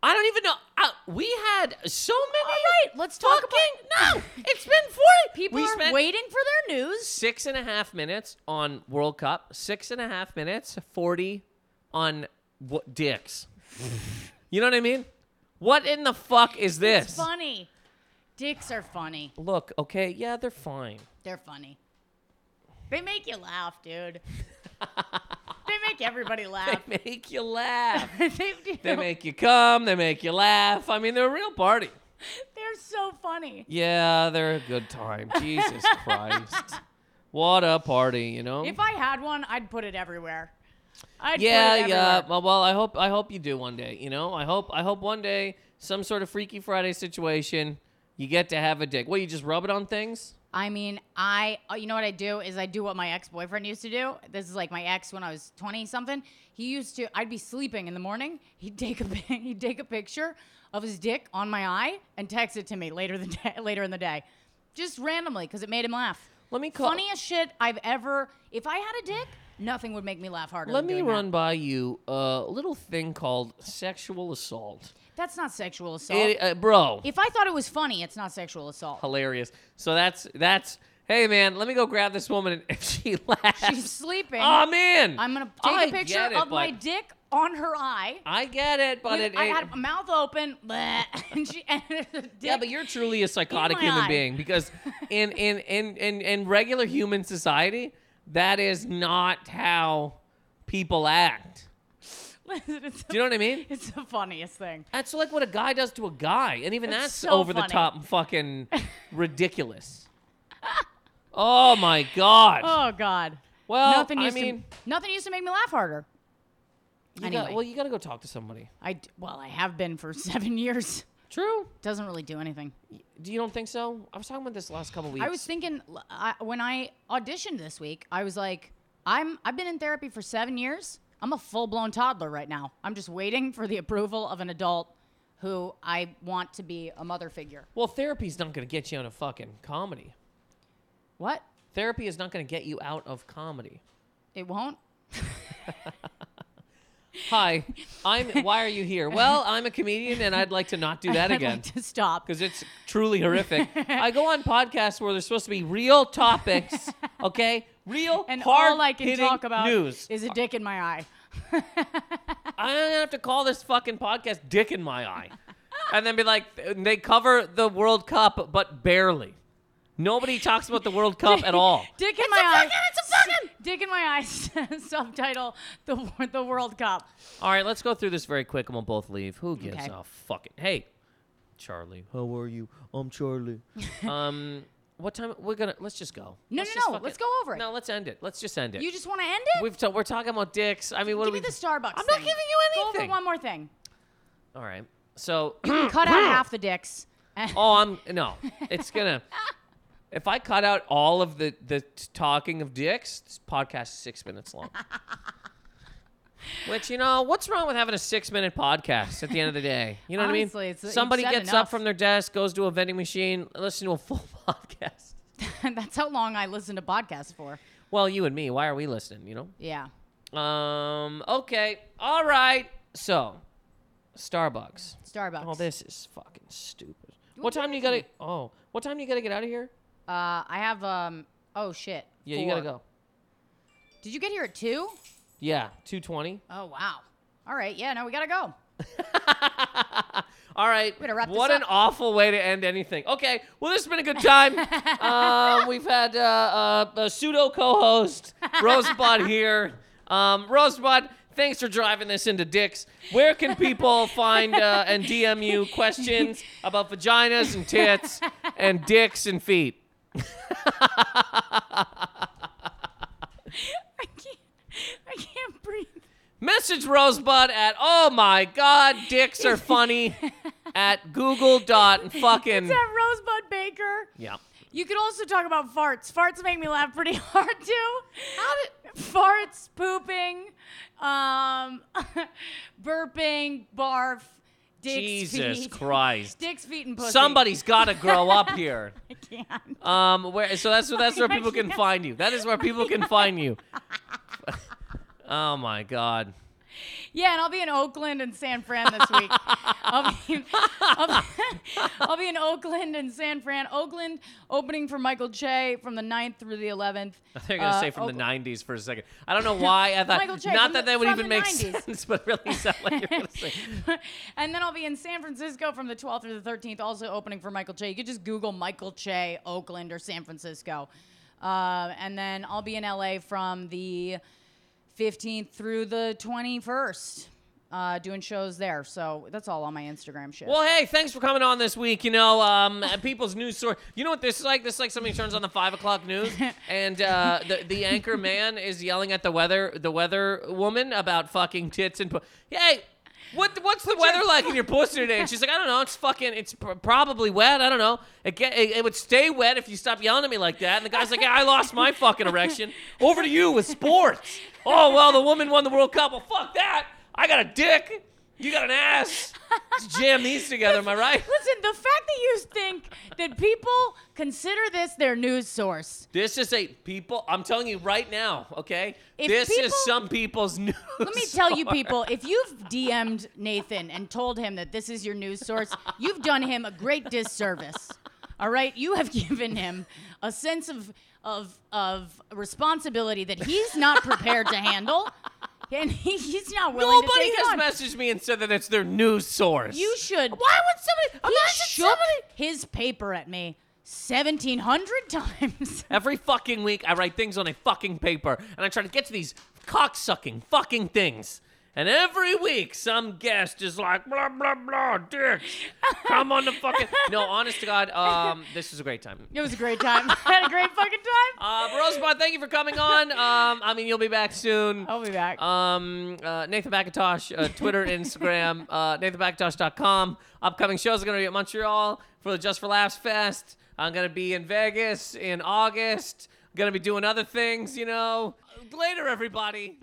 [SPEAKER 1] I don't even know. I, we had so many.
[SPEAKER 3] All right, let's talk about-
[SPEAKER 1] fucking- No, it's been forty.
[SPEAKER 3] People
[SPEAKER 1] [LAUGHS] we
[SPEAKER 3] are
[SPEAKER 1] spent
[SPEAKER 3] waiting for their news.
[SPEAKER 1] six and a half minutes on World Cup. Six and a half minutes, forty on what dicks. [LAUGHS] you know what I mean? What in the fuck is this?
[SPEAKER 2] It's funny. Dicks are funny.
[SPEAKER 1] Look, okay, yeah, they're fine.
[SPEAKER 2] They're funny. They make you laugh,
[SPEAKER 1] [LAUGHS]
[SPEAKER 2] dude. they make everybody laugh.
[SPEAKER 1] [LAUGHS]
[SPEAKER 2] [LAUGHS]
[SPEAKER 1] They make you [LAUGHS] laugh.
[SPEAKER 2] they do.
[SPEAKER 1] they make you come. They make you laugh. I mean, they're a real party.
[SPEAKER 2] They're so funny.
[SPEAKER 1] Yeah, they're a good time. [LAUGHS] Jesus Christ. What a party, you know?
[SPEAKER 2] If I had one, I'd put it everywhere. I'd
[SPEAKER 1] yeah,
[SPEAKER 2] put it
[SPEAKER 1] yeah.
[SPEAKER 2] everywhere.
[SPEAKER 1] Well, well, I hope I hope you do one day, you know? I hope I hope one day some sort of freaky Friday situation you get to have a dick. What, you just rub it on things?
[SPEAKER 2] I mean, I uh, you know what I do is I do what my ex-boyfriend used to do. This is like my ex when I was 20 something. He used to I'd be sleeping in the morning, he'd take a pic- [LAUGHS] he'd take a picture of his dick on my eye and text it to me later the day, [LAUGHS] later in the day. Just randomly cuz it made him laugh.
[SPEAKER 1] Let me call
[SPEAKER 2] Funniest shit I've ever If I had a dick, nothing would make me laugh harder.
[SPEAKER 1] Let
[SPEAKER 2] than
[SPEAKER 1] me
[SPEAKER 2] doing that.
[SPEAKER 1] run by you a little thing called sexual assault.
[SPEAKER 2] That's not sexual assault.
[SPEAKER 1] It, uh, bro.
[SPEAKER 2] Oh. if I thought it was funny, it's not sexual assault.
[SPEAKER 1] hilarious. So that's that's. Hey man, let me go grab this woman and [LAUGHS] if she laughs,
[SPEAKER 2] She's sleeping.
[SPEAKER 1] Oh man,
[SPEAKER 2] I'm gonna take
[SPEAKER 1] a
[SPEAKER 2] a picture of my dick on her eye.
[SPEAKER 1] I get it, but
[SPEAKER 2] with-
[SPEAKER 1] it.
[SPEAKER 2] I
[SPEAKER 1] it-
[SPEAKER 2] had mouth open, [LAUGHS] bleh, and she and her dick.
[SPEAKER 1] [LAUGHS] yeah, but you're truly a psychotic
[SPEAKER 2] my
[SPEAKER 1] human
[SPEAKER 2] eye.
[SPEAKER 1] being because in in, in in in regular human society, that is not how people act.
[SPEAKER 2] [LAUGHS] Listen, it's,
[SPEAKER 1] Do you know what I mean?
[SPEAKER 2] it's the funniest thing.
[SPEAKER 1] That's like what a guy does to a guy, and even
[SPEAKER 2] It's
[SPEAKER 1] that's
[SPEAKER 2] so
[SPEAKER 1] over the
[SPEAKER 2] funny.
[SPEAKER 1] top and fucking ridiculous. oh my god!
[SPEAKER 2] Oh God.
[SPEAKER 1] well,
[SPEAKER 2] nothing
[SPEAKER 1] I
[SPEAKER 2] used
[SPEAKER 1] mean,
[SPEAKER 2] to nothing used to make me laugh harder.
[SPEAKER 1] You got,
[SPEAKER 2] Anyway.
[SPEAKER 1] well, you got to go talk to somebody.
[SPEAKER 2] I d- well, I have been for [LAUGHS] seven years.
[SPEAKER 1] True.
[SPEAKER 2] Doesn't really do anything.
[SPEAKER 1] Do you don't think so? I was talking about this last couple weeks.
[SPEAKER 2] I was thinking l- I, when I auditioned this week, I was like, I'm I've been in therapy for seven years. I'm a full blown toddler right now. I'm just waiting for the approval of an adult who I want to be a mother figure.
[SPEAKER 1] well, therapy's not going to get you out of fucking comedy.
[SPEAKER 2] What?
[SPEAKER 1] Therapy is not going to get you out of comedy.
[SPEAKER 2] It won't.
[SPEAKER 1] Hi,
[SPEAKER 2] [LAUGHS]
[SPEAKER 1] I'm. why are you here? Well, I'm a comedian, and I'd like to not do that
[SPEAKER 2] I'd
[SPEAKER 1] again
[SPEAKER 2] Like to stop.
[SPEAKER 1] because it's truly horrific. I go
[SPEAKER 2] [LAUGHS]
[SPEAKER 1] on podcasts where there's supposed to be real topics, okay? Real
[SPEAKER 2] And
[SPEAKER 1] hard
[SPEAKER 2] all I can talk about
[SPEAKER 1] news.
[SPEAKER 2] is a dick in my eye.
[SPEAKER 1] I'm gonna have to call this fucking podcast "Dick in My Eye," and then be like, they cover the World Cup, but barely. Nobody talks about the World Cup at all.
[SPEAKER 2] Dick in my eye. it's a fucking. [LAUGHS] Dick in my eye. [LAUGHS] subtitle the wor- the World Cup.
[SPEAKER 1] All right, let's go through this very quick, and we'll both leave. Who gives
[SPEAKER 2] Okay.
[SPEAKER 1] a fucking? Hey, Charlie, how are you? I'm Charlie. [LAUGHS] um, what time? We're gonna let's just go.
[SPEAKER 2] No, no,
[SPEAKER 1] just
[SPEAKER 2] no,
[SPEAKER 1] fucking-
[SPEAKER 2] let's go over it.
[SPEAKER 1] No, let's end it. Let's just end it.
[SPEAKER 2] You just want to end it?
[SPEAKER 1] We've t- we're talking about dicks. I mean, what
[SPEAKER 2] Give
[SPEAKER 1] do
[SPEAKER 2] me
[SPEAKER 1] we?
[SPEAKER 2] the Starbucks.
[SPEAKER 1] I'm not
[SPEAKER 2] thing.
[SPEAKER 1] giving you
[SPEAKER 2] Go over
[SPEAKER 1] anything.
[SPEAKER 2] one more
[SPEAKER 1] [CLEARS THROAT]
[SPEAKER 2] thing.
[SPEAKER 1] all right, so
[SPEAKER 2] Cut out half the dicks. [LAUGHS]
[SPEAKER 1] Oh, I'm no. It's gonna. if I cut out all of the the t- talking of dicks, this podcast is six
[SPEAKER 2] [LAUGHS]
[SPEAKER 1] minutes long. Which you know, what's wrong with having a six-minute podcast at the end of the day? You know what I
[SPEAKER 2] Honestly,
[SPEAKER 1] mean?
[SPEAKER 2] it's- you've
[SPEAKER 1] Somebody
[SPEAKER 2] said
[SPEAKER 1] gets up
[SPEAKER 2] enough.
[SPEAKER 1] from their desk, goes to a vending machine, listen to a full [LAUGHS] podcast.
[SPEAKER 2] That's how long I listen to podcasts for.
[SPEAKER 1] Well, you and me, why are we listening? You
[SPEAKER 2] Yeah.
[SPEAKER 1] know. Um. Okay. All right. So, Starbucks.
[SPEAKER 2] Starbucks.
[SPEAKER 1] Oh, this is fucking stupid.
[SPEAKER 2] You want
[SPEAKER 1] What time do you gotta? Oh, what time do you gotta get out of here?
[SPEAKER 2] Uh, I have um. Oh shit.
[SPEAKER 1] Yeah, you gotta
[SPEAKER 2] Four.
[SPEAKER 1] go.
[SPEAKER 2] Did you get here at two?
[SPEAKER 1] Yeah, 220.
[SPEAKER 2] Oh wow. All right. Yeah. No, we gotta go. [LAUGHS]
[SPEAKER 1] All right.
[SPEAKER 2] gonna wrap this
[SPEAKER 1] what an
[SPEAKER 2] up.
[SPEAKER 1] awful way to end anything. Okay. Well, this has been a
[SPEAKER 2] [LAUGHS]
[SPEAKER 1] good time. um, we've had uh, uh, a pseudo co host, Rosebud, here. Um, Rosebud, thanks for driving this into dicks. Where
[SPEAKER 2] [LAUGHS]
[SPEAKER 1] can people find uh, and DM you questions about vaginas and tits and dicks and feet?
[SPEAKER 2] I can't. I can't breathe.
[SPEAKER 1] Message Rosebud at oh my god, dicks are funny at Google dot and fucking
[SPEAKER 2] It's at Rosebud Baker.
[SPEAKER 1] yeah.
[SPEAKER 2] You could also talk about farts. Farts make me laugh pretty [LAUGHS] hard too. How did farts, pooping, um, [LAUGHS] burping, barf, dicks,
[SPEAKER 1] Jesus
[SPEAKER 2] feet, [LAUGHS]
[SPEAKER 1] Christ.
[SPEAKER 2] dicks, feet, and pussy. [LAUGHS]
[SPEAKER 1] Somebody's got to grow up here.
[SPEAKER 2] I can't.
[SPEAKER 1] Um, where so that's that's
[SPEAKER 2] [LAUGHS]
[SPEAKER 1] where
[SPEAKER 2] I
[SPEAKER 1] people can
[SPEAKER 2] can't. [LAUGHS]
[SPEAKER 1] [LAUGHS] find you. That is where people can find you. oh my God,
[SPEAKER 2] Yeah, and I'll be in Oakland and San Fran this week. I'll, be, [LAUGHS] I'll, be, [LAUGHS] I'll be in Oakland and San Fran. Oakland opening for Michael Che from the 9th through the 11th.
[SPEAKER 1] I thought you were gonna
[SPEAKER 2] Uh,
[SPEAKER 1] say from
[SPEAKER 2] Oak-
[SPEAKER 1] the '90s for a second. I don't know why
[SPEAKER 2] [LAUGHS]
[SPEAKER 1] I thought.
[SPEAKER 2] Michael Che,
[SPEAKER 1] not
[SPEAKER 2] from
[SPEAKER 1] that
[SPEAKER 2] the-
[SPEAKER 1] that would
[SPEAKER 2] from
[SPEAKER 1] even
[SPEAKER 2] the
[SPEAKER 1] make
[SPEAKER 2] 90s.
[SPEAKER 1] sense, [LAUGHS] but it really sound like you're gonna say.
[SPEAKER 2] [LAUGHS] and then I'll be in San Francisco from the 12th to the 13th, also opening for Michael Che. You could just Google Michael Che, Oakland, or San Francisco. Uh, and then I'll be in LA from the 15th through the 21st, uh, doing shows there. So that's all on my Instagram shit.
[SPEAKER 1] Well, hey, thanks for coming on this week. You know, um, [LAUGHS] uh, people's news source. You know what this is like? This is like somebody turns on the five o'clock [LAUGHS] news, and uh, the the anchor man is yelling at the weather the weather woman about fucking tits and. Po- hey, what what's the weather like in your pussy today? And she's like, I don't know. It's fucking. It's pr- probably wet. I don't know. It, get, it it would stay wet if you stop yelling at me like that. And the guy's like, Yeah, I lost my fucking erection. Over to you with [LAUGHS] sports. Oh well, the woman won the World Cup. Well, fuck that. I got a dick. You got an ass. Let's jam these together, am I right?
[SPEAKER 2] Listen, the fact that you think that people consider this their news source.
[SPEAKER 1] This is a people. I'm telling you right now, okay?
[SPEAKER 2] If
[SPEAKER 1] this
[SPEAKER 2] people-
[SPEAKER 1] is some people's news.
[SPEAKER 2] Let
[SPEAKER 3] [LAUGHS]
[SPEAKER 2] me tell
[SPEAKER 1] [LAUGHS]
[SPEAKER 2] you, people, if you've DM'd Nathan and told him that this is your news source, you've done him a great disservice. All right, you have [LAUGHS] given him a sense of of of responsibility that he's not prepared to handle, and he, he's not willing
[SPEAKER 1] Nobody
[SPEAKER 2] to take
[SPEAKER 1] has
[SPEAKER 2] on.
[SPEAKER 1] messaged me and said that it's their news source.
[SPEAKER 2] you should.
[SPEAKER 3] Why would somebody?
[SPEAKER 2] He
[SPEAKER 3] Imagine
[SPEAKER 2] shook
[SPEAKER 3] somebody.
[SPEAKER 2] his paper at me seventeen
[SPEAKER 3] [LAUGHS]
[SPEAKER 2] hundred [LAUGHS] times.
[SPEAKER 1] Every fucking week, I write things on a fucking paper and I try to get to these cocksucking fucking things. And every week, some guest is like, blah, blah, blah, dicks. Come on the
[SPEAKER 2] [LAUGHS]
[SPEAKER 1] fucking. No, honest to God, um, this is a great time.
[SPEAKER 2] It was a great time. [LAUGHS] I had a great fucking time.
[SPEAKER 1] Uh, Rosebud, thank you for coming on. Um, I mean, you'll be back soon.
[SPEAKER 2] I'll be back.
[SPEAKER 1] Um, uh, Nathan McIntosh, uh,
[SPEAKER 2] [LAUGHS]
[SPEAKER 1] Twitter, Instagram, uh, NathanMcIntosh.com. Upcoming shows are going to be at Montreal for the Just for Laughs Fest. I'm going to be in Vegas in August. going to be doing other things, you know. Later, everybody.